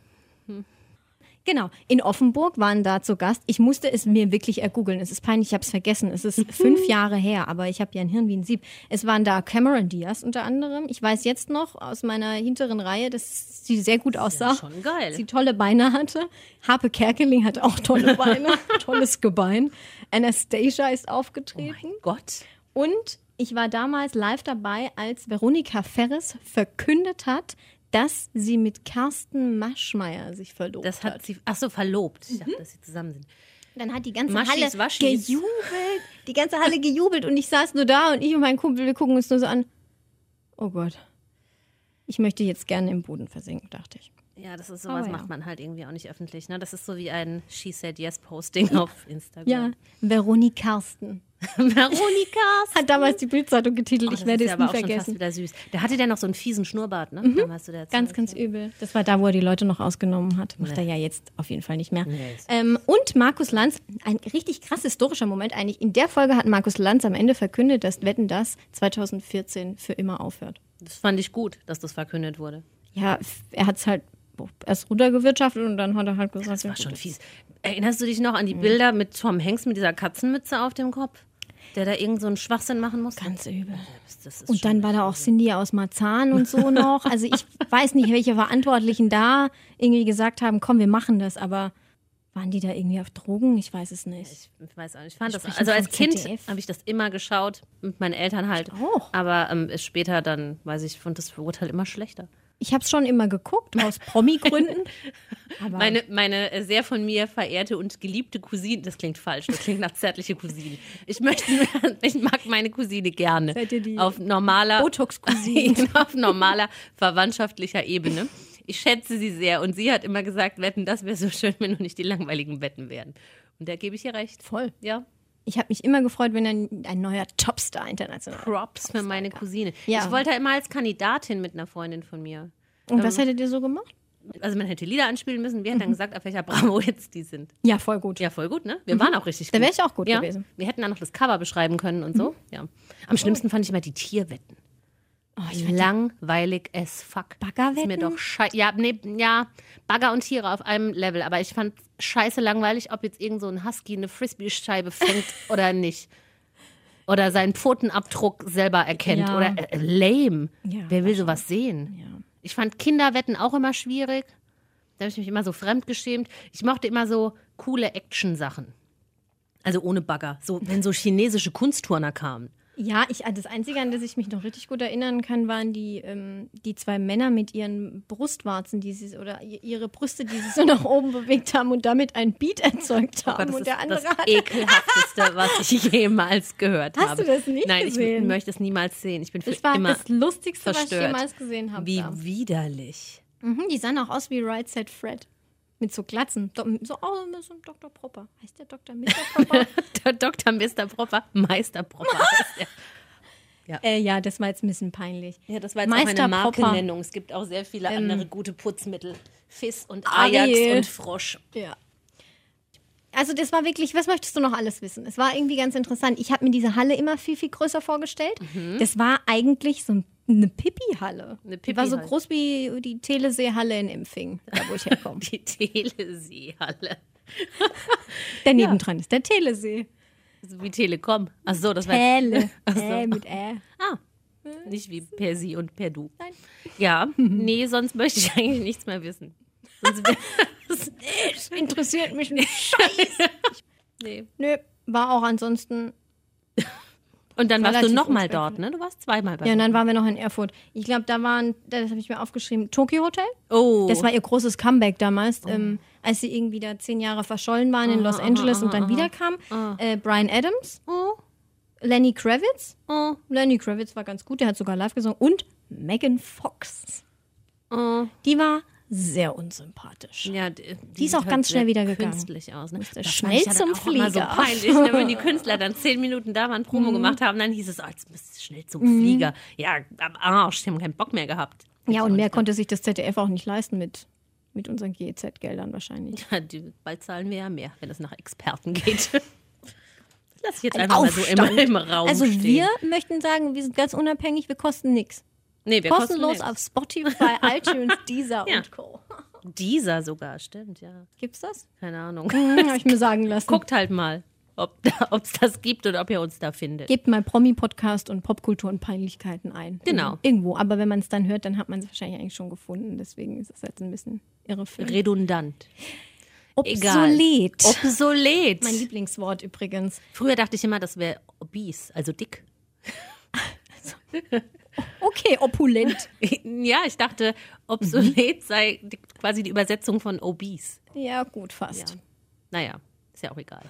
Speaker 2: Genau, in Offenburg waren da zu Gast. Ich musste es mir wirklich ergoogeln. Es ist peinlich, ich habe es vergessen. Es ist fünf Jahre her, aber ich habe ja ein Hirn wie ein Sieb. Es waren da Cameron Diaz unter anderem. Ich weiß jetzt noch aus meiner hinteren Reihe, dass sie sehr gut aussah.
Speaker 3: schon geil.
Speaker 2: Dass Sie tolle Beine hatte. Harpe Kerkeling hat auch tolle Beine. Tolles Gebein. Anastasia ist aufgetreten.
Speaker 3: Oh Gott.
Speaker 2: Und ich war damals live dabei, als Veronika Ferres verkündet hat, dass sie mit Carsten Maschmeyer sich verlobt
Speaker 3: Das
Speaker 2: hat.
Speaker 3: hat sie, ach so, verlobt.
Speaker 2: Mhm.
Speaker 3: Ich dachte, dass sie zusammen sind.
Speaker 2: Dann hat die ganze
Speaker 3: Maschis,
Speaker 2: Halle
Speaker 3: Waschis.
Speaker 2: gejubelt. Die ganze Halle gejubelt und ich saß nur da und ich und mein Kumpel, wir gucken uns nur so an. Oh Gott. Ich möchte jetzt gerne im Boden versinken, dachte ich.
Speaker 3: Ja, das ist sowas,
Speaker 2: Aber Oh ja.
Speaker 3: macht man halt irgendwie auch nicht öffentlich. Ne? Das ist so wie ein She Said Yes Posting auf
Speaker 2: Ja,
Speaker 3: Instagram.
Speaker 2: Veronique Carsten.
Speaker 3: Veronika
Speaker 2: Hat damals die Bildzeitung getitelt,
Speaker 3: Oh,
Speaker 2: ich
Speaker 3: das
Speaker 2: werde
Speaker 3: ist ja
Speaker 2: es nie
Speaker 3: aber auch schon fast
Speaker 2: vergessen. Mhm.
Speaker 3: wieder süß. Da hatte der noch so einen fiesen Schnurrbart, ne? Damals zu der Zeit.
Speaker 2: Ganz, genau. ganz übel. Das war da, wo er die Leute noch ausgenommen hat. Macht er ja jetzt auf jeden Fall nicht mehr.
Speaker 3: Nee, ist-
Speaker 2: Ähm, und Markus Lanz, ein richtig krass historischer Moment eigentlich. In der Folge hat Markus Lanz am Ende verkündet, dass Wetten das 2014 für immer aufhört.
Speaker 3: Das fand ich gut, dass das verkündet wurde.
Speaker 2: Ja, f- er hat es halt erst runtergewirtschaftet und dann hat er halt gesagt,
Speaker 3: Das war
Speaker 2: ja,
Speaker 3: schon fies. Erinnerst du dich noch an
Speaker 2: Mhm.
Speaker 3: die Bilder mit Tom Hanks mit dieser Katzenmütze auf dem Kopf? Der da irgend so einen Schwachsinn machen muss?
Speaker 2: ganz übel.
Speaker 3: Das ist
Speaker 2: Und dann war da auch Cindy aus Marzahn und so noch. Also ich weiß nicht, welche Verantwortlichen da irgendwie gesagt haben, komm, wir machen das, aber waren die da irgendwie auf Drogen? Ich weiß es nicht.
Speaker 3: Ich weiß auch nicht. Ich fand das,
Speaker 2: sprechen
Speaker 3: also als
Speaker 2: vom
Speaker 3: Kind
Speaker 2: ZDF.
Speaker 3: habe ich das immer geschaut, mit meinen Eltern halt.
Speaker 2: auch.
Speaker 3: Aber ähm, ist später dann, weiß ich, fand das wurde halt immer schlechter.
Speaker 2: Ich habe es schon immer geguckt, aus Promi-Gründen. Aber
Speaker 3: Meine, meine äh, sehr von mir verehrte und geliebte Cousine, das klingt falsch, das klingt nach zärtliche Cousine. Ich möchte, ich mag meine Cousine gerne.
Speaker 2: Seid ihr die
Speaker 3: auf normaler, Genau,
Speaker 2: Botox-Cousine?
Speaker 3: auf normaler verwandtschaftlicher Ebene. Ich schätze sie sehr und sie hat immer gesagt, Wetten, das wäre so schön, wenn nur nicht die langweiligen Wetten wären. Und da gebe ich ihr recht.
Speaker 2: Voll.
Speaker 3: Ja,
Speaker 2: ich habe mich immer gefreut, wenn ein, ein neuer Topstar international.
Speaker 3: Props für meine Cousine.
Speaker 2: Ja.
Speaker 3: Ich wollte immer als Kandidatin mit einer Freundin von mir.
Speaker 2: Und was hättet ihr so gemacht?
Speaker 3: Also man hätte Lieder anspielen müssen. Wir hätten dann gesagt, auf welcher Bravo jetzt die sind.
Speaker 2: Ja, voll gut. Mhm.
Speaker 3: Ja, voll gut, ne? Wir waren auch richtig gut.
Speaker 2: Da wäre ich auch gut
Speaker 3: ja.
Speaker 2: gewesen. Mhm.
Speaker 3: Wir hätten dann noch das Cover beschreiben können und so. Ja. Am schlimmsten fand ich immer die Tierwetten.
Speaker 2: Oh, ich fand
Speaker 3: Langweilig as fuck.
Speaker 2: Baggerwetten?
Speaker 3: Ist mir doch scheiße. Ja, nee, ja, Bagger und Tiere auf einem Level. Aber ich fand scheiße langweilig, ob jetzt irgend so ein Husky eine Frisbee-Scheibe fängt oder nicht. Oder seinen Pfotenabdruck selber erkennt.
Speaker 2: Ja.
Speaker 3: Oder äh, äh, lame.
Speaker 2: Ja,
Speaker 3: Wer will sowas sehen?
Speaker 2: Ja.
Speaker 3: Ich fand Kinderwetten auch immer schwierig. Da habe ich mich immer so fremdgeschämt. Ich mochte immer so coole Action-Sachen. Also ohne Bagger. So, wenn so chinesische Kunstturner kamen.
Speaker 2: Ja, ich, das Einzige, an das ich mich noch richtig gut erinnern kann, waren die, ähm, die zwei Männer mit ihren Brustwarzen, die sie, oder i- ihre Brüste, die sie so nach oben bewegt haben und damit ein Beat erzeugt haben.
Speaker 3: Oh das
Speaker 2: und
Speaker 3: ist
Speaker 2: der andere
Speaker 3: das E-
Speaker 2: hat.
Speaker 3: ekelhafteste, was ich jemals gehört
Speaker 2: Hast
Speaker 3: habe.
Speaker 2: du das nicht
Speaker 3: Nein,
Speaker 2: gesehen?
Speaker 3: ich möchte es niemals sehen. Ich bin für
Speaker 2: Das war
Speaker 3: immer
Speaker 2: das Lustigste, was ich
Speaker 3: verstört.
Speaker 2: jemals gesehen habe.
Speaker 3: Wie
Speaker 2: da.
Speaker 3: widerlich.
Speaker 2: Mhm, die sahen auch aus wie Right Said Fred. Mit so Glatzen. Do so aus wie so ein Dr. Propper. Heißt der Dr. Mr. Propper?
Speaker 3: Der Dr. Mr. Propper, Meister Propper heißt er.
Speaker 2: äh, ja, das war jetzt ein bisschen peinlich.
Speaker 3: Ja, das war jetzt
Speaker 2: Meister
Speaker 3: auch eine
Speaker 2: Popper.
Speaker 3: Markennennung. Es gibt auch sehr viele andere gute Putzmittel. Fiss und
Speaker 2: Ariel.
Speaker 3: Ajax und Frosch.
Speaker 2: Ja. Also das war wirklich, was möchtest du noch alles wissen? Es war irgendwie ganz interessant. Ich habe mir diese Halle immer viel, viel größer vorgestellt. Das war eigentlich so ein- eine Pipi-Halle.
Speaker 3: Mhm. Eine
Speaker 2: Die war so
Speaker 3: Pipi-Halle.
Speaker 2: groß wie die Teleseehalle in Empfing, da wo ich herkomme.
Speaker 3: Die Teleseehalle.
Speaker 2: Daneben dran ist der Telesee.
Speaker 3: So Also wie Telekom. Ach so, das war
Speaker 2: Tele.
Speaker 3: Ach so.
Speaker 2: Äh mit Ä.
Speaker 3: Ah, nicht wie per sie und per du. Ja, nee, sonst möchte ich eigentlich nichts mehr wissen. Sonst wär-
Speaker 2: Das interessiert mich nicht.
Speaker 3: nee.
Speaker 2: Nö, war auch ansonsten
Speaker 3: Und dann warst du
Speaker 2: Relativ
Speaker 3: nochmal
Speaker 2: unspektakulär.
Speaker 3: dort, ne? Du warst zweimal bei
Speaker 2: Ja, und
Speaker 3: mir.
Speaker 2: dann waren wir noch in Erfurt. Ich glaube, da waren, das habe ich mir aufgeschrieben, Tokyo Hotel.
Speaker 3: Oh,
Speaker 2: Das war ihr großes Comeback damals, ähm, als sie irgendwie da zehn Jahre verschollen waren in Los Angeles und dann wiederkam. Äh, Brian Adams,
Speaker 3: oh,
Speaker 2: Lenny Kravitz.
Speaker 3: oh,
Speaker 2: Lenny Kravitz war ganz gut, der hat sogar live gesungen. Und Megan Fox.
Speaker 3: oh.
Speaker 2: Die war sehr unsympathisch.
Speaker 3: Ja, die,
Speaker 2: Die ist auch
Speaker 3: sieht
Speaker 2: ganz
Speaker 3: halt
Speaker 2: schnell
Speaker 3: sehr
Speaker 2: wieder gegangen.
Speaker 3: Künstlich aus, ne?
Speaker 2: Musste
Speaker 3: Das
Speaker 2: schnell
Speaker 3: fand ich ja
Speaker 2: zum
Speaker 3: dann auch immer
Speaker 2: Flieger. Mhm.
Speaker 3: So peinlich, ne? Wenn die Künstler dann zehn Minuten da waren, Promo gemacht haben, dann hieß es, oh, jetzt müsst ihr schnell zum Flieger. Ja, am Arsch, die haben keinen Bock mehr gehabt.
Speaker 2: Ja, und mehr konnte sich das ZDF auch nicht leisten mit, mit unseren GEZ-Geldern wahrscheinlich.
Speaker 3: Ja, die, bald zahlen wir ja mehr, wenn es nach Experten geht. Lass ich jetzt
Speaker 2: Ein
Speaker 3: einfach mal so im,
Speaker 2: Aufstand.
Speaker 3: im Raum
Speaker 2: Also
Speaker 3: stehen.
Speaker 2: wir möchten sagen, wir sind ganz unabhängig, wir kosten nichts.
Speaker 3: nee, wir kosten
Speaker 2: Kostenlos
Speaker 3: nichts.
Speaker 2: auf Spotify, iTunes, Deezer
Speaker 3: Ja.
Speaker 2: und Co.
Speaker 3: Dieser sogar, stimmt, ja.
Speaker 2: Gibt's das?
Speaker 3: Keine Ahnung.
Speaker 2: Hm, Habe ich mir sagen lassen.
Speaker 3: Guckt halt mal, ob es das gibt und ob ihr uns da findet.
Speaker 2: Gebt mal Promi-Podcast und Popkultur und Peinlichkeiten ein.
Speaker 3: Genau.
Speaker 2: Irgendwo. Aber wenn man es dann hört, dann hat man es wahrscheinlich eigentlich schon gefunden. Deswegen ist es jetzt ein bisschen irreführend.
Speaker 3: Redundant. Egal.
Speaker 2: Obsolet.
Speaker 3: Obsolet.
Speaker 2: mein Lieblingswort übrigens.
Speaker 3: Früher dachte ich immer, das wäre obese, also dick.
Speaker 2: Okay, opulent.
Speaker 3: Ja, ich dachte, obsolet sei die- quasi die Übersetzung von obese.
Speaker 2: ja, gut, fast.
Speaker 3: Naja, ist ja auch egal.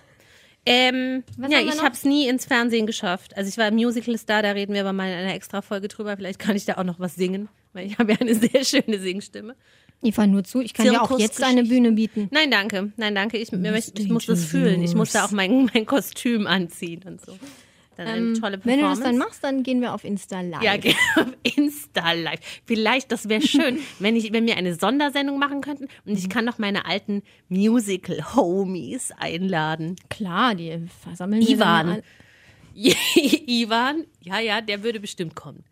Speaker 3: Ähm,
Speaker 2: Was
Speaker 3: ja,
Speaker 2: haben wir
Speaker 3: ich
Speaker 2: noch?
Speaker 3: habe es nie ins Fernsehen geschafft. Also ich war Musical-Star, da reden wir aber mal in einer extra Folge drüber. Vielleicht kann ich da auch noch was singen, weil ich habe ja eine sehr schöne Singstimme.
Speaker 2: Eva, nur zu. Ich kann dir auch jetzt eine Bühne bieten.
Speaker 3: Nein, danke. Nein, danke. Ich, mir möchte, ich muss das
Speaker 2: Dangerous.
Speaker 3: fühlen. Ich muss da auch mein, mein Kostüm anziehen und so. Dann eine tolle
Speaker 2: Ähm,
Speaker 3: Performance.
Speaker 2: Wenn du das dann machst, dann gehen wir auf Insta live.
Speaker 3: Ja, gerne auf Insta Live. Vielleicht, das wäre schön, wenn ich, wenn wir eine Sondersendung machen könnten und ich kann noch meine alten Musical Homies einladen.
Speaker 2: Klar, die versammeln wir
Speaker 3: Ivan.
Speaker 2: dann mal.
Speaker 3: Ivan, ja, ja, der würde bestimmt kommen.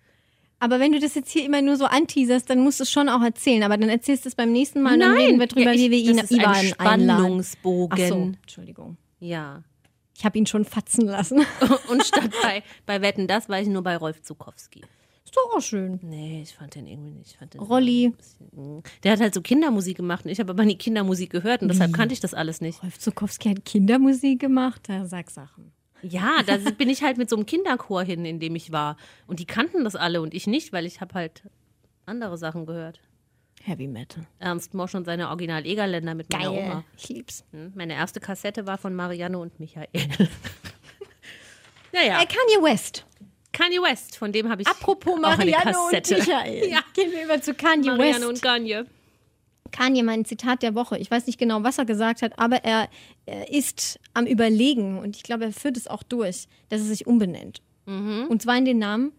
Speaker 2: Aber wenn du das jetzt hier immer nur so anteaserst, dann musst du es schon auch erzählen. Aber dann erzählst du es beim nächsten Mal und dann reden wir drüber,
Speaker 3: Ja, ich-
Speaker 2: wie wir ihn
Speaker 3: das ist
Speaker 2: Ivan
Speaker 3: ein
Speaker 2: einladen. Ach
Speaker 3: Spannungsbogen.
Speaker 2: so, Entschuldigung.
Speaker 3: Ja.
Speaker 2: Ich habe ihn schon fatzen lassen.
Speaker 3: Und statt bei, bei Wetten, das war ich nur bei Rolf Zukowski.
Speaker 2: Ist doch auch schön.
Speaker 3: Nee, ich fand den irgendwie nicht. Ich fand den
Speaker 2: Rolli.
Speaker 3: Der hat halt so Kindermusik gemacht und ich habe aber nie Kindermusik gehört und deshalb kannte ich das alles nicht.
Speaker 2: Rolf Zukowski hat Kindermusik gemacht. Da sag Sachen.
Speaker 3: Ja, da sind- bin ich halt mit so einem Kinderchor hin, in dem ich war. Und die kannten das alle und ich nicht, weil ich habe halt andere Sachen gehört.
Speaker 2: Heavy Metal.
Speaker 3: Ernst Mosch und seine Original-Egerländer mit meiner Oma.
Speaker 2: Ich lieb's.
Speaker 3: Hm? Meine erste Kassette war von Marianne und Michael. naja,
Speaker 2: Äh, Kanye West.
Speaker 3: Kanye West, von dem habe ich
Speaker 2: Apropos
Speaker 3: auch eine
Speaker 2: Marianne und
Speaker 3: Kassette.
Speaker 2: Michael.
Speaker 3: Ja.
Speaker 2: Gehen wir über zu Kanye
Speaker 3: Marianne
Speaker 2: West.
Speaker 3: und Kanye.
Speaker 2: Kanye, mein Zitat der Woche. Ich weiß nicht genau, was er gesagt hat, aber er, er ist am Überlegen und ich glaube, er führt es auch durch, dass er sich umbenennt.
Speaker 3: Mhm.
Speaker 2: Und zwar in den Namen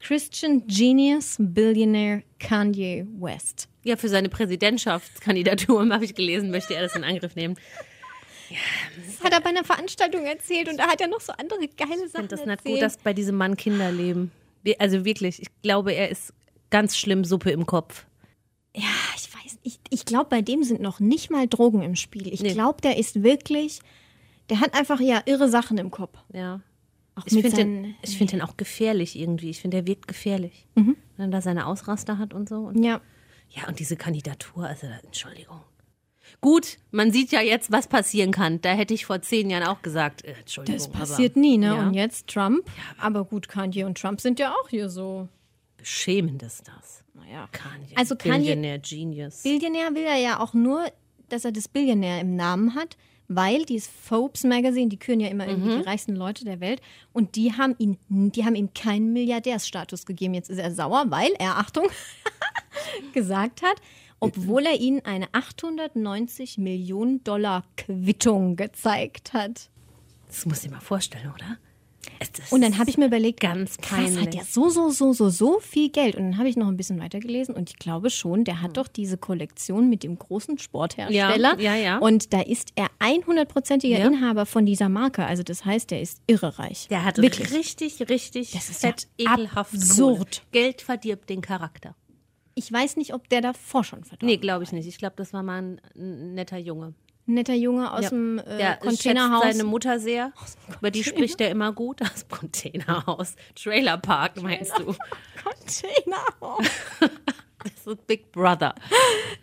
Speaker 2: Christian Genius Billionaire Kanye West.
Speaker 3: Ja, für seine Präsidentschaftskandidatur, habe ich gelesen, möchte er das in Angriff nehmen.
Speaker 2: Das hat er bei einer Veranstaltung erzählt und da hat er noch so andere geile Sachen
Speaker 3: finde das
Speaker 2: erzählt.
Speaker 3: nicht gut, dass bei diesem Mann Kinder leben. Wir- Also wirklich, ich glaube, er ist ganz schlimm Suppe im Kopf.
Speaker 2: ja, Ah, ich weiß nicht. Ich, ich glaube, bei dem sind noch nicht mal Drogen im Spiel. Ich
Speaker 3: Nee.
Speaker 2: glaube, der ist wirklich, der hat einfach ja irre Sachen im Kopf.
Speaker 3: Ja.
Speaker 2: Auch
Speaker 3: Ich
Speaker 2: mit
Speaker 3: finde den,
Speaker 2: seinen, Mhm.
Speaker 3: ich find den auch gefährlich irgendwie. Ich finde, er wirkt gefährlich. Wenn er da seine Ausraster hat und so. Und
Speaker 2: ja.
Speaker 3: ja, und diese Kandidatur, also Entschuldigung. Gut, man sieht ja jetzt, was passieren kann. Da hätte ich vor zehn Jahren auch gesagt, äh, Entschuldigung.
Speaker 2: Das passiert
Speaker 3: aber,
Speaker 2: nie, ne?
Speaker 3: Ja,
Speaker 2: Und jetzt Trump. Aber gut, Kanye und Trump sind ja auch hier so.
Speaker 3: beschämend ist das.
Speaker 2: Naja.
Speaker 3: Kanye.
Speaker 2: Also Kanye-
Speaker 3: Billionaire Genius.
Speaker 2: Billionär will er ja auch nur, dass er das Billionär im Namen hat, weil dieses Forbes Magazine, die küren ja immer irgendwie die reichsten Leute der Welt und die haben ihn, die haben ihm keinen Milliardärstatus gegeben. Jetzt ist er sauer, weil er, Achtung, gesagt hat, obwohl er ihnen eine 890 Millionen Dollar Quittung gezeigt hat.
Speaker 3: Das muss ich mal vorstellen, oder? Es ist-
Speaker 2: Und dann habe ich mir überlegt,
Speaker 3: Ganz
Speaker 2: krass,
Speaker 3: peinlich.
Speaker 2: hat der so, so, so, so, so viel Geld. Und dann habe ich noch ein bisschen weitergelesen und ich glaube schon,
Speaker 3: Hm.
Speaker 2: der hat doch diese Kollektion mit dem großen Sporthersteller.
Speaker 3: Ja, ja, ja.
Speaker 2: Und da ist er 100%iger
Speaker 3: Ja.
Speaker 2: Inhaber von dieser Marke. Also das heißt, der ist irrereich.
Speaker 3: Der hat
Speaker 2: Wirklich.
Speaker 3: richtig, richtig
Speaker 2: Das ist
Speaker 3: fett,
Speaker 2: ja
Speaker 3: ekelhaft.
Speaker 2: absurd.
Speaker 3: Kohle. Geld verdirbt den Charakter.
Speaker 2: Ich weiß nicht, ob der davor schon verdorben
Speaker 3: Nee, glaube ich nicht. Ich glaube, das war mal ein, ein netter Junge.
Speaker 2: Ein netter Junge aus
Speaker 3: Ja.
Speaker 2: dem äh,
Speaker 3: Der schätzt
Speaker 2: Containerhaus.
Speaker 3: seine Mutter sehr. Über die spricht er immer gut. Aus dem Containerhaus. Trailerpark, meinst du?
Speaker 2: Containerhaus.
Speaker 3: Das ist Big Brother.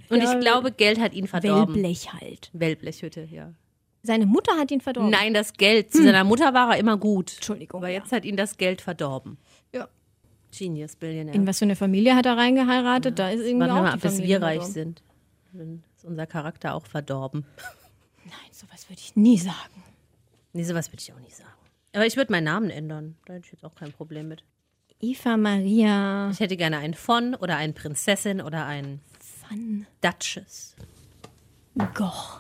Speaker 3: Und
Speaker 2: Ja,
Speaker 3: ich glaube, Geld hat ihn verdorben.
Speaker 2: Wellblech halt.
Speaker 3: Wellblechhütte, ja.
Speaker 2: Seine Mutter hat ihn verdorben.
Speaker 3: Nein, das Geld. Zu seiner Mutter war er immer gut.
Speaker 2: Oh. Hm. Entschuldigung,
Speaker 3: Aber
Speaker 2: ja.
Speaker 3: jetzt hat ihn das Geld verdorben.
Speaker 2: Ja.
Speaker 3: Genius, Billionär.
Speaker 2: In was für eine Familie hat er reingeheiratet? Da ist irgendwie
Speaker 3: Warten wir
Speaker 2: auch
Speaker 3: mal
Speaker 2: die
Speaker 3: ab, bis
Speaker 2: Familie
Speaker 3: wir reich
Speaker 2: verdorben.
Speaker 3: sind. Dann ist unser Charakter auch verdorben.
Speaker 2: Nein, sowas würde ich nie sagen.
Speaker 3: Nee, sowas würde ich auch nicht sagen. Aber ich würde meinen Namen ändern. Da hätte ich jetzt auch kein Problem mit.
Speaker 2: Eva Maria
Speaker 3: Ich hätte gerne einen von oder einen Prinzessin oder einen
Speaker 2: van
Speaker 3: Duchess
Speaker 2: Gogh.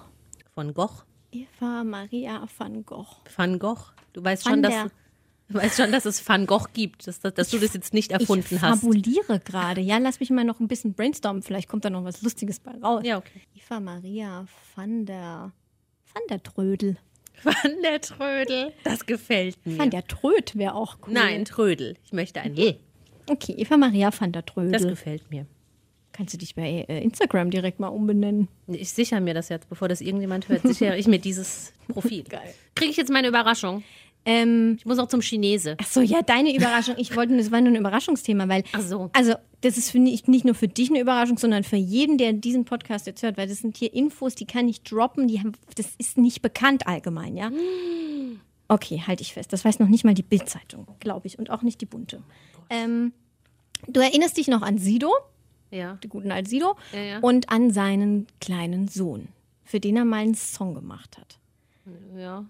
Speaker 3: von Gogh.
Speaker 2: Eva Maria van Gogh.
Speaker 3: Van Gogh. Du weißt
Speaker 2: Van
Speaker 3: schon,
Speaker 2: der-
Speaker 3: dass, du weißt schon, dass es Van Gogh gibt, dass, dass, dass du das jetzt nicht erfunden
Speaker 2: ich
Speaker 3: hast.
Speaker 2: fabuliere gerade. Ja, lass mich mal noch ein bisschen brainstormen. Vielleicht kommt da noch was Lustiges bei raus.
Speaker 3: Ja, okay.
Speaker 2: Eva Maria van der, van der Trödel.
Speaker 3: Van der Trödel. Das gefällt mir.
Speaker 2: Van der Tröd wäre auch cool.
Speaker 3: Nein, Trödel. Ich möchte ein L.
Speaker 2: Okay, Eva Maria van der
Speaker 3: Das
Speaker 2: Trödel.
Speaker 3: gefällt mir.
Speaker 2: Kannst du dich bei äh, Instagram direkt mal umbenennen?
Speaker 3: Ich sichere mir das jetzt, bevor das irgendjemand hört, sichere ich mir dieses Profil.
Speaker 2: Geil.
Speaker 3: Kriege ich jetzt meine Überraschung?
Speaker 2: Ähm,
Speaker 3: Ich muss auch zum Chinese.
Speaker 2: Ach so, ja, deine Überraschung. Ich wollte, das war nur ein Überraschungsthema, weil.
Speaker 3: Ach so.
Speaker 2: Also, das ist für nicht, nicht nur für dich eine Überraschung, sondern für jeden, der diesen Podcast jetzt hört, weil das sind hier Infos, die kann ich droppen, die haben, das ist nicht bekannt allgemein, ja? Okay, halte ich fest. Das weiß noch nicht mal die Bild-Zeitung, glaube ich, und auch nicht die Bunte. Ähm, du erinnerst dich noch an Sido,
Speaker 3: Ja.
Speaker 2: den guten alten Sido,
Speaker 3: Ja, ja.
Speaker 2: und an seinen kleinen Sohn, für den er mal einen Song gemacht hat.
Speaker 3: ja.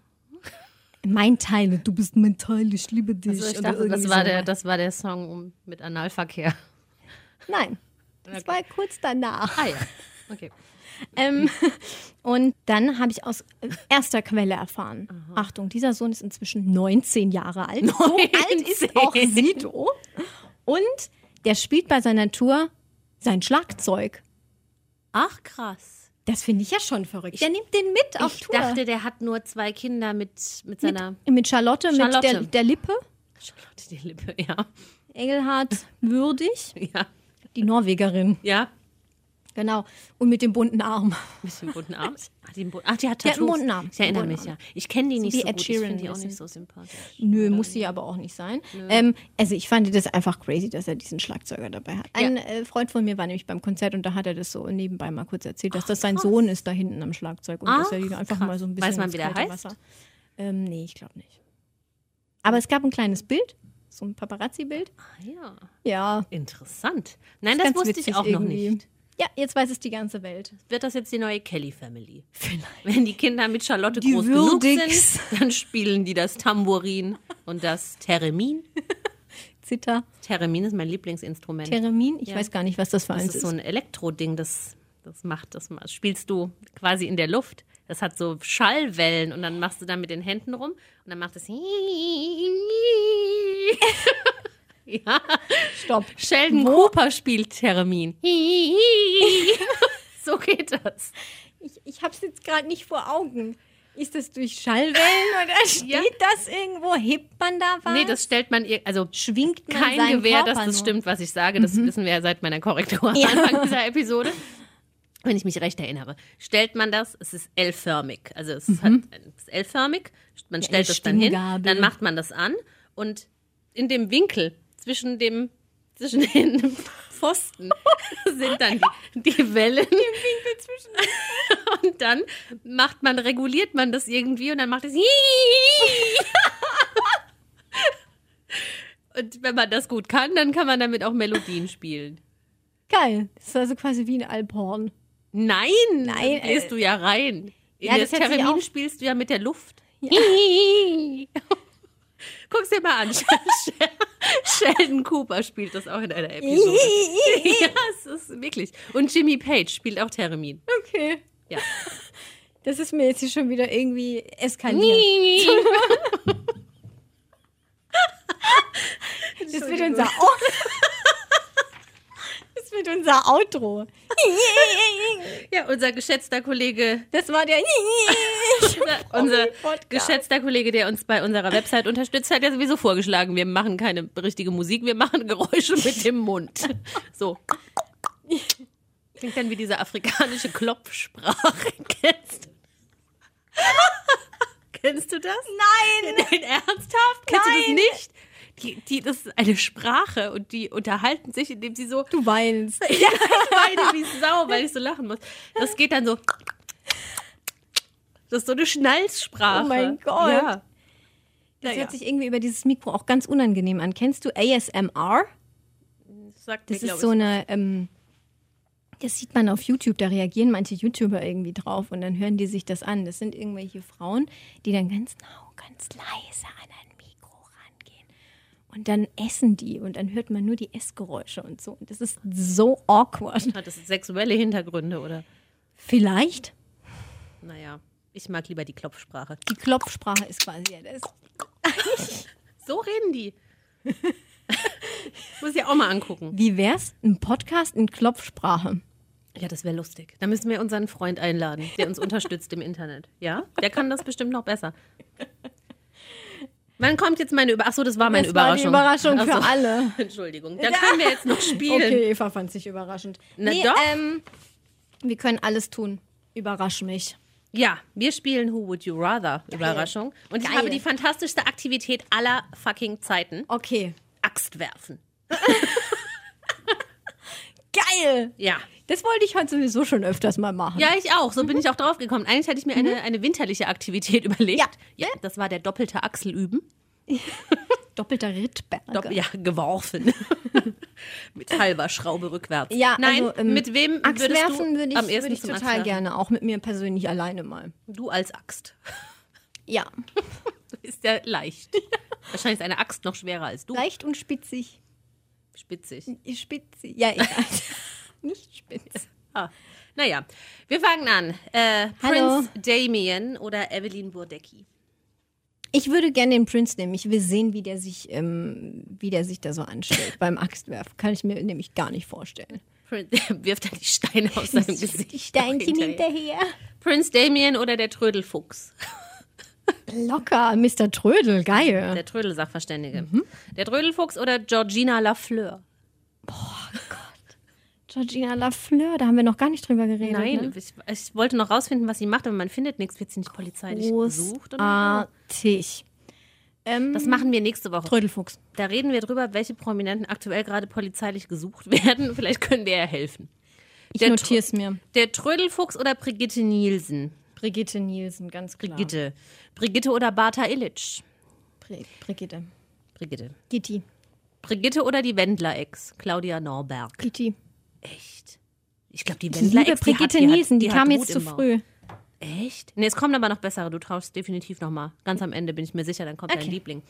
Speaker 2: Mein Teil, du bist mein Teil, ich liebe dich.
Speaker 3: Also ich
Speaker 2: oder
Speaker 3: dachte, das
Speaker 2: irgendwie
Speaker 3: war,
Speaker 2: so.
Speaker 3: der, das war der Song um, mit Analverkehr.
Speaker 2: Nein. Das war kurz danach.
Speaker 3: Ah ja. Okay.
Speaker 2: Ähm,
Speaker 3: Mhm.
Speaker 2: und dann habe ich aus erster Quelle erfahren. Achtung, dieser Sohn ist inzwischen 19 Jahre alt. So alt ist auch
Speaker 3: 19.
Speaker 2: Sido. Und der spielt bei seiner Tour sein Schlagzeug.
Speaker 3: Ach krass.
Speaker 2: Das finde ich ja schon verrückt. der nimmt den mit auf
Speaker 3: Ich
Speaker 2: Tour.
Speaker 3: dachte, der hat nur zwei Kinder mit, mit seiner
Speaker 2: mit, mit Charlotte, mit
Speaker 3: Charlotte.
Speaker 2: der, der Lippe.
Speaker 3: Charlotte die Lippe. Ja.
Speaker 2: Engelhard würdig.
Speaker 3: Ja.
Speaker 2: Die Norwegerin.
Speaker 3: Ja.
Speaker 2: Genau. Und mit dem bunten Arm.
Speaker 3: Mit dem bunten Arm. Ach, die, Ah, Ach, die hat
Speaker 2: Die hat
Speaker 3: Tattoos.
Speaker 2: einen bunten Arm.
Speaker 3: Ich erinnere
Speaker 2: Bunten
Speaker 3: mich, ja. Ich kenne die nicht
Speaker 2: wie
Speaker 3: so
Speaker 2: Ed
Speaker 3: gut. Ich
Speaker 2: Sheeran
Speaker 3: finde die
Speaker 2: ein
Speaker 3: auch
Speaker 2: bisschen.
Speaker 3: nicht so sympathisch.
Speaker 2: Nö, muss sie aber auch nicht sein. Ähm, also ich fand das einfach crazy, dass er diesen Schlagzeuger dabei hat. Ein äh, Freund von mir war nämlich beim Konzert und da hat er das so nebenbei mal kurz erzählt, dass das sein Sohn ist da hinten am Schlagzeug und dass er
Speaker 3: Ach,
Speaker 2: ihn einfach
Speaker 3: krass.
Speaker 2: mal so ein bisschen
Speaker 3: Weiß man,
Speaker 2: ins
Speaker 3: wie der
Speaker 2: kalte
Speaker 3: heißt?
Speaker 2: Wasser- Ähm, nee, ich glaube nicht. Aber es gab ein kleines Bild, so ein Paparazzi-Bild.
Speaker 3: Ah ja.
Speaker 2: Ja,
Speaker 3: Interessant. Nein,
Speaker 2: ist
Speaker 3: das
Speaker 2: ganz
Speaker 3: wusste ich
Speaker 2: witzig
Speaker 3: auch
Speaker 2: irgendwie.
Speaker 3: noch nicht.
Speaker 2: Ja, jetzt weiß es die ganze Welt.
Speaker 3: Wird das jetzt die neue Kelly Family? Vielleicht. Wenn die Kinder mit Charlotte
Speaker 2: Die
Speaker 3: groß
Speaker 2: Würdigs.
Speaker 3: genug sind, dann spielen die das Tambourin und das Theremin.
Speaker 2: Zither,
Speaker 3: Theremin ist mein Lieblingsinstrument.
Speaker 2: Theremin, ich weiß gar nicht, was das für
Speaker 3: das
Speaker 2: eins
Speaker 3: ist so ein Elektroding, das, das macht das. ma- Spielst du quasi in der Luft. Das hat so Schallwellen und dann machst du da mit den Händen rum und dann macht es. ja.
Speaker 2: Stopp.
Speaker 3: Sheldon Cooper spielt Theremin. so geht das.
Speaker 2: Ich, ich hab's jetzt gerade nicht vor Augen. Ist das durch Schallwellen oder steht
Speaker 3: Ja.
Speaker 2: das irgendwo? Hebt man da was?
Speaker 3: Nee, das stellt man ihr, also
Speaker 2: schwingt man
Speaker 3: kein
Speaker 2: seinen
Speaker 3: Gewehr,
Speaker 2: Körper
Speaker 3: dass
Speaker 2: nur.
Speaker 3: das
Speaker 2: Mhm.
Speaker 3: stimmt, was ich sage. Das wissen wir ja seit meiner Korrektur am
Speaker 2: Ja.
Speaker 3: Anfang dieser Episode. Wenn ich mich recht erinnere, stellt man das, es ist L-förmig. Also es hat- es ist L-förmig, man stellt es dann hin,
Speaker 2: Stimmgabel.
Speaker 3: dann macht man das an und in dem Winkel zwischen dem zwischen den Pfosten sind dann die, die Wellen. Oh Im Winkel zwischen und dann macht man, reguliert man das irgendwie und dann macht es. Und wenn man das gut kann, dann kann man damit auch Melodien spielen.
Speaker 2: Geil. Das ist also quasi wie ein Alphorn.
Speaker 3: Nein,
Speaker 2: Nein, äh,
Speaker 3: dann gehst du ja rein. In
Speaker 2: Ja,
Speaker 3: das
Speaker 2: das hätte ich
Speaker 3: Theremin
Speaker 2: auch-
Speaker 3: spielst du ja mit der Luft. Guck's dir mal an. Sheldon Cooper spielt das auch in einer Episode. ja, es ist wirklich. Und Jimmy Page spielt auch Theremin.
Speaker 2: Okay.
Speaker 3: Ja.
Speaker 2: Das ist mir jetzt hier schon wieder irgendwie eskaliert. Das wird unser Outro. Das wird unser Outro.
Speaker 3: ja, unser geschätzter Kollege
Speaker 2: Das war der.
Speaker 3: unser
Speaker 2: Podcast.
Speaker 3: geschätzter Kollege, der uns bei unserer Website unterstützt, hat ja sowieso vorgeschlagen, wir machen keine richtige Musik, wir machen Geräusche mit dem Mund. So. Klingt dann wie diese afrikanische Klopfsprache. Kennst du? Kennst du das?
Speaker 2: Nein!
Speaker 3: Nein, ernsthaft? Kennst du das nicht? Die, die, das ist eine Sprache und die unterhalten sich, indem sie so
Speaker 2: Du weinst.
Speaker 3: ja, ich weine wie Sau, weil ich so lachen muss. Das geht dann so. Das ist so eine Schnalzsprache.
Speaker 2: Oh mein Gott.
Speaker 3: Ja.
Speaker 2: Das
Speaker 3: Naja.
Speaker 2: hört sich irgendwie über dieses Mikro auch ganz unangenehm an. Kennst du ASMR?
Speaker 3: Das, sagt
Speaker 2: Das
Speaker 3: mir, glaub
Speaker 2: ist so eine, ähm, das sieht man auf YouTube, da reagieren manche YouTuber irgendwie drauf und dann hören die sich das an. Das sind irgendwelche Frauen, die dann ganz nah, ganz leise an ein Mikro rangehen. Und dann essen die und dann hört man nur die Essgeräusche und so. Und das ist so awkward.
Speaker 3: ich. Hat das sexuelle Hintergründe oder?
Speaker 2: Vielleicht.
Speaker 3: Naja, ich mag lieber die Klopfsprache.
Speaker 2: Die Klopfsprache ist quasi ja das.
Speaker 3: So reden die. Muss ich ja auch mal angucken.
Speaker 2: Wie wär's? Ein Podcast in Klopfsprache.
Speaker 3: Ja, das wäre lustig. Da müssen wir unseren Freund einladen, der uns unterstützt im Internet. Ja? Der kann das bestimmt noch besser. Wann kommt jetzt meine Überraschung? Achso, das war meine
Speaker 2: das war die
Speaker 3: Überraschung.
Speaker 2: Überraschung
Speaker 3: Ach so.
Speaker 2: für alle.
Speaker 3: Entschuldigung. Da können wir jetzt noch spielen.
Speaker 2: Okay, Eva fand sich überraschend.
Speaker 3: Na doch.
Speaker 2: Ähm, wir können alles tun. Überrasch mich.
Speaker 3: Ja, wir spielen Who Would You Rather? Überraschung. Und ich
Speaker 2: Geil.
Speaker 3: habe die fantastischste Aktivität aller fucking Zeiten.
Speaker 2: Okay.
Speaker 3: Axt werfen.
Speaker 2: Geil!
Speaker 3: Ja.
Speaker 2: Das wollte ich heute sowieso schon öfters mal machen.
Speaker 3: Ja, ich auch. So bin ich auch drauf gekommen. Eigentlich hatte ich mir eine, eine winterliche Aktivität überlegt.
Speaker 2: Ja.
Speaker 3: das war der doppelte Achselüben.
Speaker 2: Doppelter Rittberger.
Speaker 3: Dopp ja, geworfen. mit halber Schraube rückwärts.
Speaker 2: Ja,
Speaker 3: Nein,
Speaker 2: also, ähm,
Speaker 3: mit wem würdest du
Speaker 2: Axtwerfen würde ich,
Speaker 3: am ersten
Speaker 2: würde ich
Speaker 3: zum
Speaker 2: total
Speaker 3: Axtwerfen?
Speaker 2: gerne, auch mit mir persönlich alleine mal.
Speaker 3: Du als Axt.
Speaker 2: Ja,
Speaker 3: Ist ja leicht. Wahrscheinlich ist eine Axt noch schwerer als du.
Speaker 2: leicht und spitzig.
Speaker 3: Spitzig.
Speaker 2: Spitzig. Ja, egal. Nicht spitz.
Speaker 3: Ah. Naja, wir fangen an. Äh,
Speaker 2: Hallo.
Speaker 3: Prince Damien oder Evelyn Burdecki.
Speaker 2: Ich würde gerne den Prinz nehmen. Ich will sehen, wie der sich, ähm, wie der sich da so anstellt beim Axtwerfen. Kann ich mir nämlich gar nicht vorstellen.
Speaker 3: Prin- wirft dann die Steine aus seinem Gesicht.
Speaker 2: Die Steinchen
Speaker 3: hinterher. Ah.
Speaker 2: hinterher.
Speaker 3: Prince Damien oder der Trödelfuchs?
Speaker 2: Locker, Mr. Trödel, geil.
Speaker 3: Der Trödelsachverständige. Der Trödelfuchs oder Georgina Lafleur?
Speaker 2: Georgina Lafleur, da haben wir noch gar nicht drüber geredet.
Speaker 3: Nein,
Speaker 2: ne?
Speaker 3: ich, ich wollte noch rausfinden, was sie macht, aber man findet nichts. Wird sie nicht polizeilich gesucht? Oder
Speaker 2: Großartig. Ah, Ähm,
Speaker 3: das machen wir nächste Woche.
Speaker 2: Trödelfuchs.
Speaker 3: Da reden wir drüber, welche Prominenten aktuell gerade polizeilich gesucht werden. Vielleicht können wir ja helfen.
Speaker 2: Ich
Speaker 3: Der
Speaker 2: notiere es mir.
Speaker 3: Der Trödelfuchs oder Brigitte Nielsen?
Speaker 2: Brigitte Nielsen, ganz klar.
Speaker 3: Brigitte. Brigitte oder Barta Illich?
Speaker 2: Bri- Brigitte.
Speaker 3: Brigitte.
Speaker 2: Gitti.
Speaker 3: Brigitte oder die Wendler-Ex? Claudia Norberg.
Speaker 2: Gitti.
Speaker 3: Echt? Ich glaube, die
Speaker 2: Ich liebe
Speaker 3: Wendler-Ex, die, hat-
Speaker 2: Brigitte
Speaker 3: die, hat-
Speaker 2: Nielsen, die,
Speaker 3: hat
Speaker 2: kam
Speaker 3: Mut
Speaker 2: jetzt zu
Speaker 3: im Bauch.
Speaker 2: früh.
Speaker 3: Echt? Nee, es kommen aber noch bessere. Du traust definitiv nochmal. Ganz am Ende bin ich mir sicher, dann kommt
Speaker 2: Okay.
Speaker 3: dein Liebling.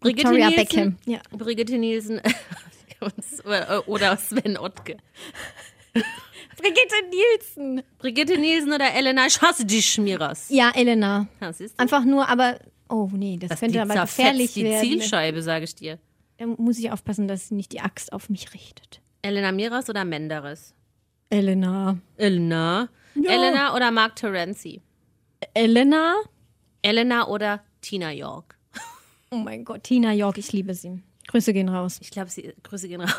Speaker 3: Brigitte
Speaker 2: Victoria
Speaker 3: Nielsen.
Speaker 2: Beckham, ja.
Speaker 3: Brigitte Nielsen. oder äh, oder Sven Ottke.
Speaker 2: Brigitte Nielsen.
Speaker 3: Brigitte Nielsen oder Elena? Ich hasse die Schmierers.
Speaker 2: Ja, Elena.
Speaker 3: Ja, siehst du?
Speaker 2: Einfach nur, aber. Oh nee, das,
Speaker 3: die
Speaker 2: könnte aber
Speaker 3: zerfetzt
Speaker 2: gefährlich
Speaker 3: die
Speaker 2: werden.
Speaker 3: Zielscheibe, sage ich dir.
Speaker 2: Da muss ich aufpassen, dass sie nicht die Axt auf mich richtet.
Speaker 3: Elena Miras oder Menderes?
Speaker 2: Elena.
Speaker 3: Elena. Elena oder Mark Terenzi?
Speaker 2: Elena?
Speaker 3: Elena oder Tina York?
Speaker 2: Oh mein Gott, Tina York, ich liebe sie. Grüße gehen raus.
Speaker 3: Ich glaube, sie. Grüße gehen raus.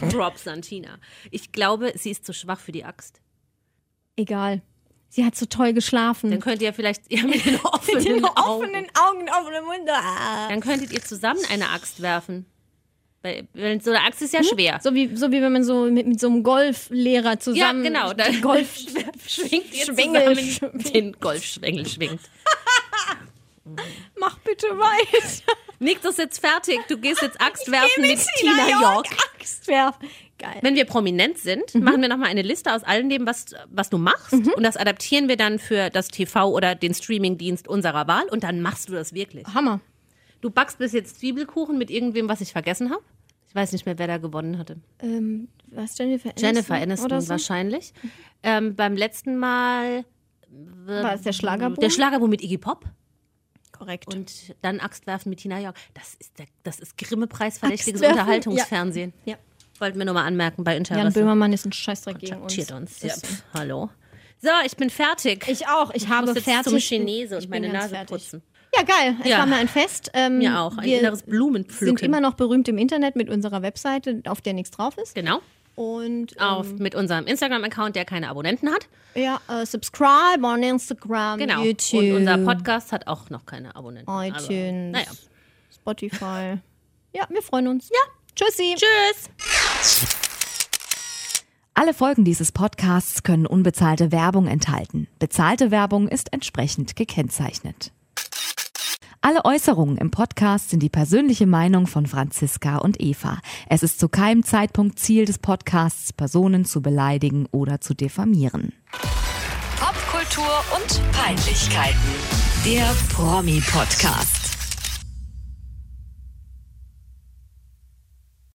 Speaker 3: Props an Tina. Ich glaube, sie ist zu schwach für die Axt.
Speaker 2: Egal. Sie hat so toll geschlafen.
Speaker 3: Dann könnt ihr vielleicht ihr mit den offenen, Augen.
Speaker 2: Augen, offenen Mund. Ah.
Speaker 3: Dann könntet ihr zusammen eine Axt werfen. Weil, weil Hm? so eine Axt ist ja schwer.
Speaker 2: So wie, so wie wenn man so mit, mit so einem Golflehrer zusammen.
Speaker 3: genau, dann-
Speaker 2: den Golf
Speaker 3: Schwingt ihr
Speaker 2: Schwengel-
Speaker 3: zusammen den Golfschwengel schwingt.
Speaker 2: Mach bitte weiter.
Speaker 3: Nick, das ist jetzt fertig. Du gehst jetzt Axt werfen mit, Tina York.
Speaker 2: Axt werfen. Geil.
Speaker 3: Wenn wir prominent sind,
Speaker 2: Mhm.
Speaker 3: machen wir nochmal eine Liste aus allem dem, was, was du machst. Und das adaptieren wir dann für das TV oder den Streamingdienst unserer Wahl. Und dann machst du das wirklich.
Speaker 2: Hammer.
Speaker 3: Du backst bis jetzt Zwiebelkuchen mit irgendwem, was ich vergessen habe. Ich weiß nicht mehr, wer da gewonnen hatte.
Speaker 2: Ähm, was Jennifer Aniston?
Speaker 3: Jennifer Aniston
Speaker 2: oder so?
Speaker 3: wahrscheinlich. Ähm, beim letzten Mal
Speaker 2: War es der Schlagerboom?
Speaker 3: Mhm. der Schlagerboom mit Iggy Pop
Speaker 2: Korrekt.
Speaker 3: und dann Axtwerfen mit Tina York. Das ist, der, das ist Grimme-Preis verdächtiges
Speaker 2: Axtwerfen,
Speaker 3: Unterhaltungsfernsehen.
Speaker 2: ja.
Speaker 3: Wollten wir nur mal anmerken bei
Speaker 2: Jan
Speaker 3: Interesse.
Speaker 2: Böhmermann ist ein Scheißdreck gegen uns.
Speaker 3: Kontaktiert uns. Ja,
Speaker 2: Ist-
Speaker 3: pf, hallo. So, ich bin fertig.
Speaker 2: Ich auch. Ich habe
Speaker 3: muss jetzt
Speaker 2: fertig.
Speaker 3: zum Chinese
Speaker 2: ich
Speaker 3: und meine
Speaker 2: bin ganz
Speaker 3: Nase
Speaker 2: fertig.
Speaker 3: putzen.
Speaker 2: Ja, geil. Es
Speaker 3: Ja.
Speaker 2: war mir ein Fest. Ähm,
Speaker 3: Mir auch. Ein
Speaker 2: wir
Speaker 3: inneres Blumenpflücken.
Speaker 2: sind immer noch berühmt im Internet mit unserer Webseite, auf der nichts drauf ist.
Speaker 3: genau.
Speaker 2: Und ähm,
Speaker 3: Auf, mit unserem Instagram-Account, der keine Abonnenten hat.
Speaker 2: ja, äh, subscribe on Instagram,
Speaker 3: Genau.
Speaker 2: YouTube,
Speaker 3: Und unser Podcast hat auch noch keine Abonnenten. Aber,
Speaker 2: iTunes,
Speaker 3: naja.
Speaker 2: Spotify. Ja, wir freuen uns. Ja. Tschüssi.
Speaker 3: Tschüss.
Speaker 1: Alle Folgen dieses Podcasts können unbezahlte Werbung enthalten. Bezahlte Werbung ist entsprechend gekennzeichnet. Alle Äußerungen im Podcast sind die persönliche Meinung von Franziska und Eva. Es ist zu keinem Zeitpunkt Ziel des Podcasts, Personen zu beleidigen oder zu diffamieren. Popkultur und Peinlichkeiten. Der Promi-Podcast.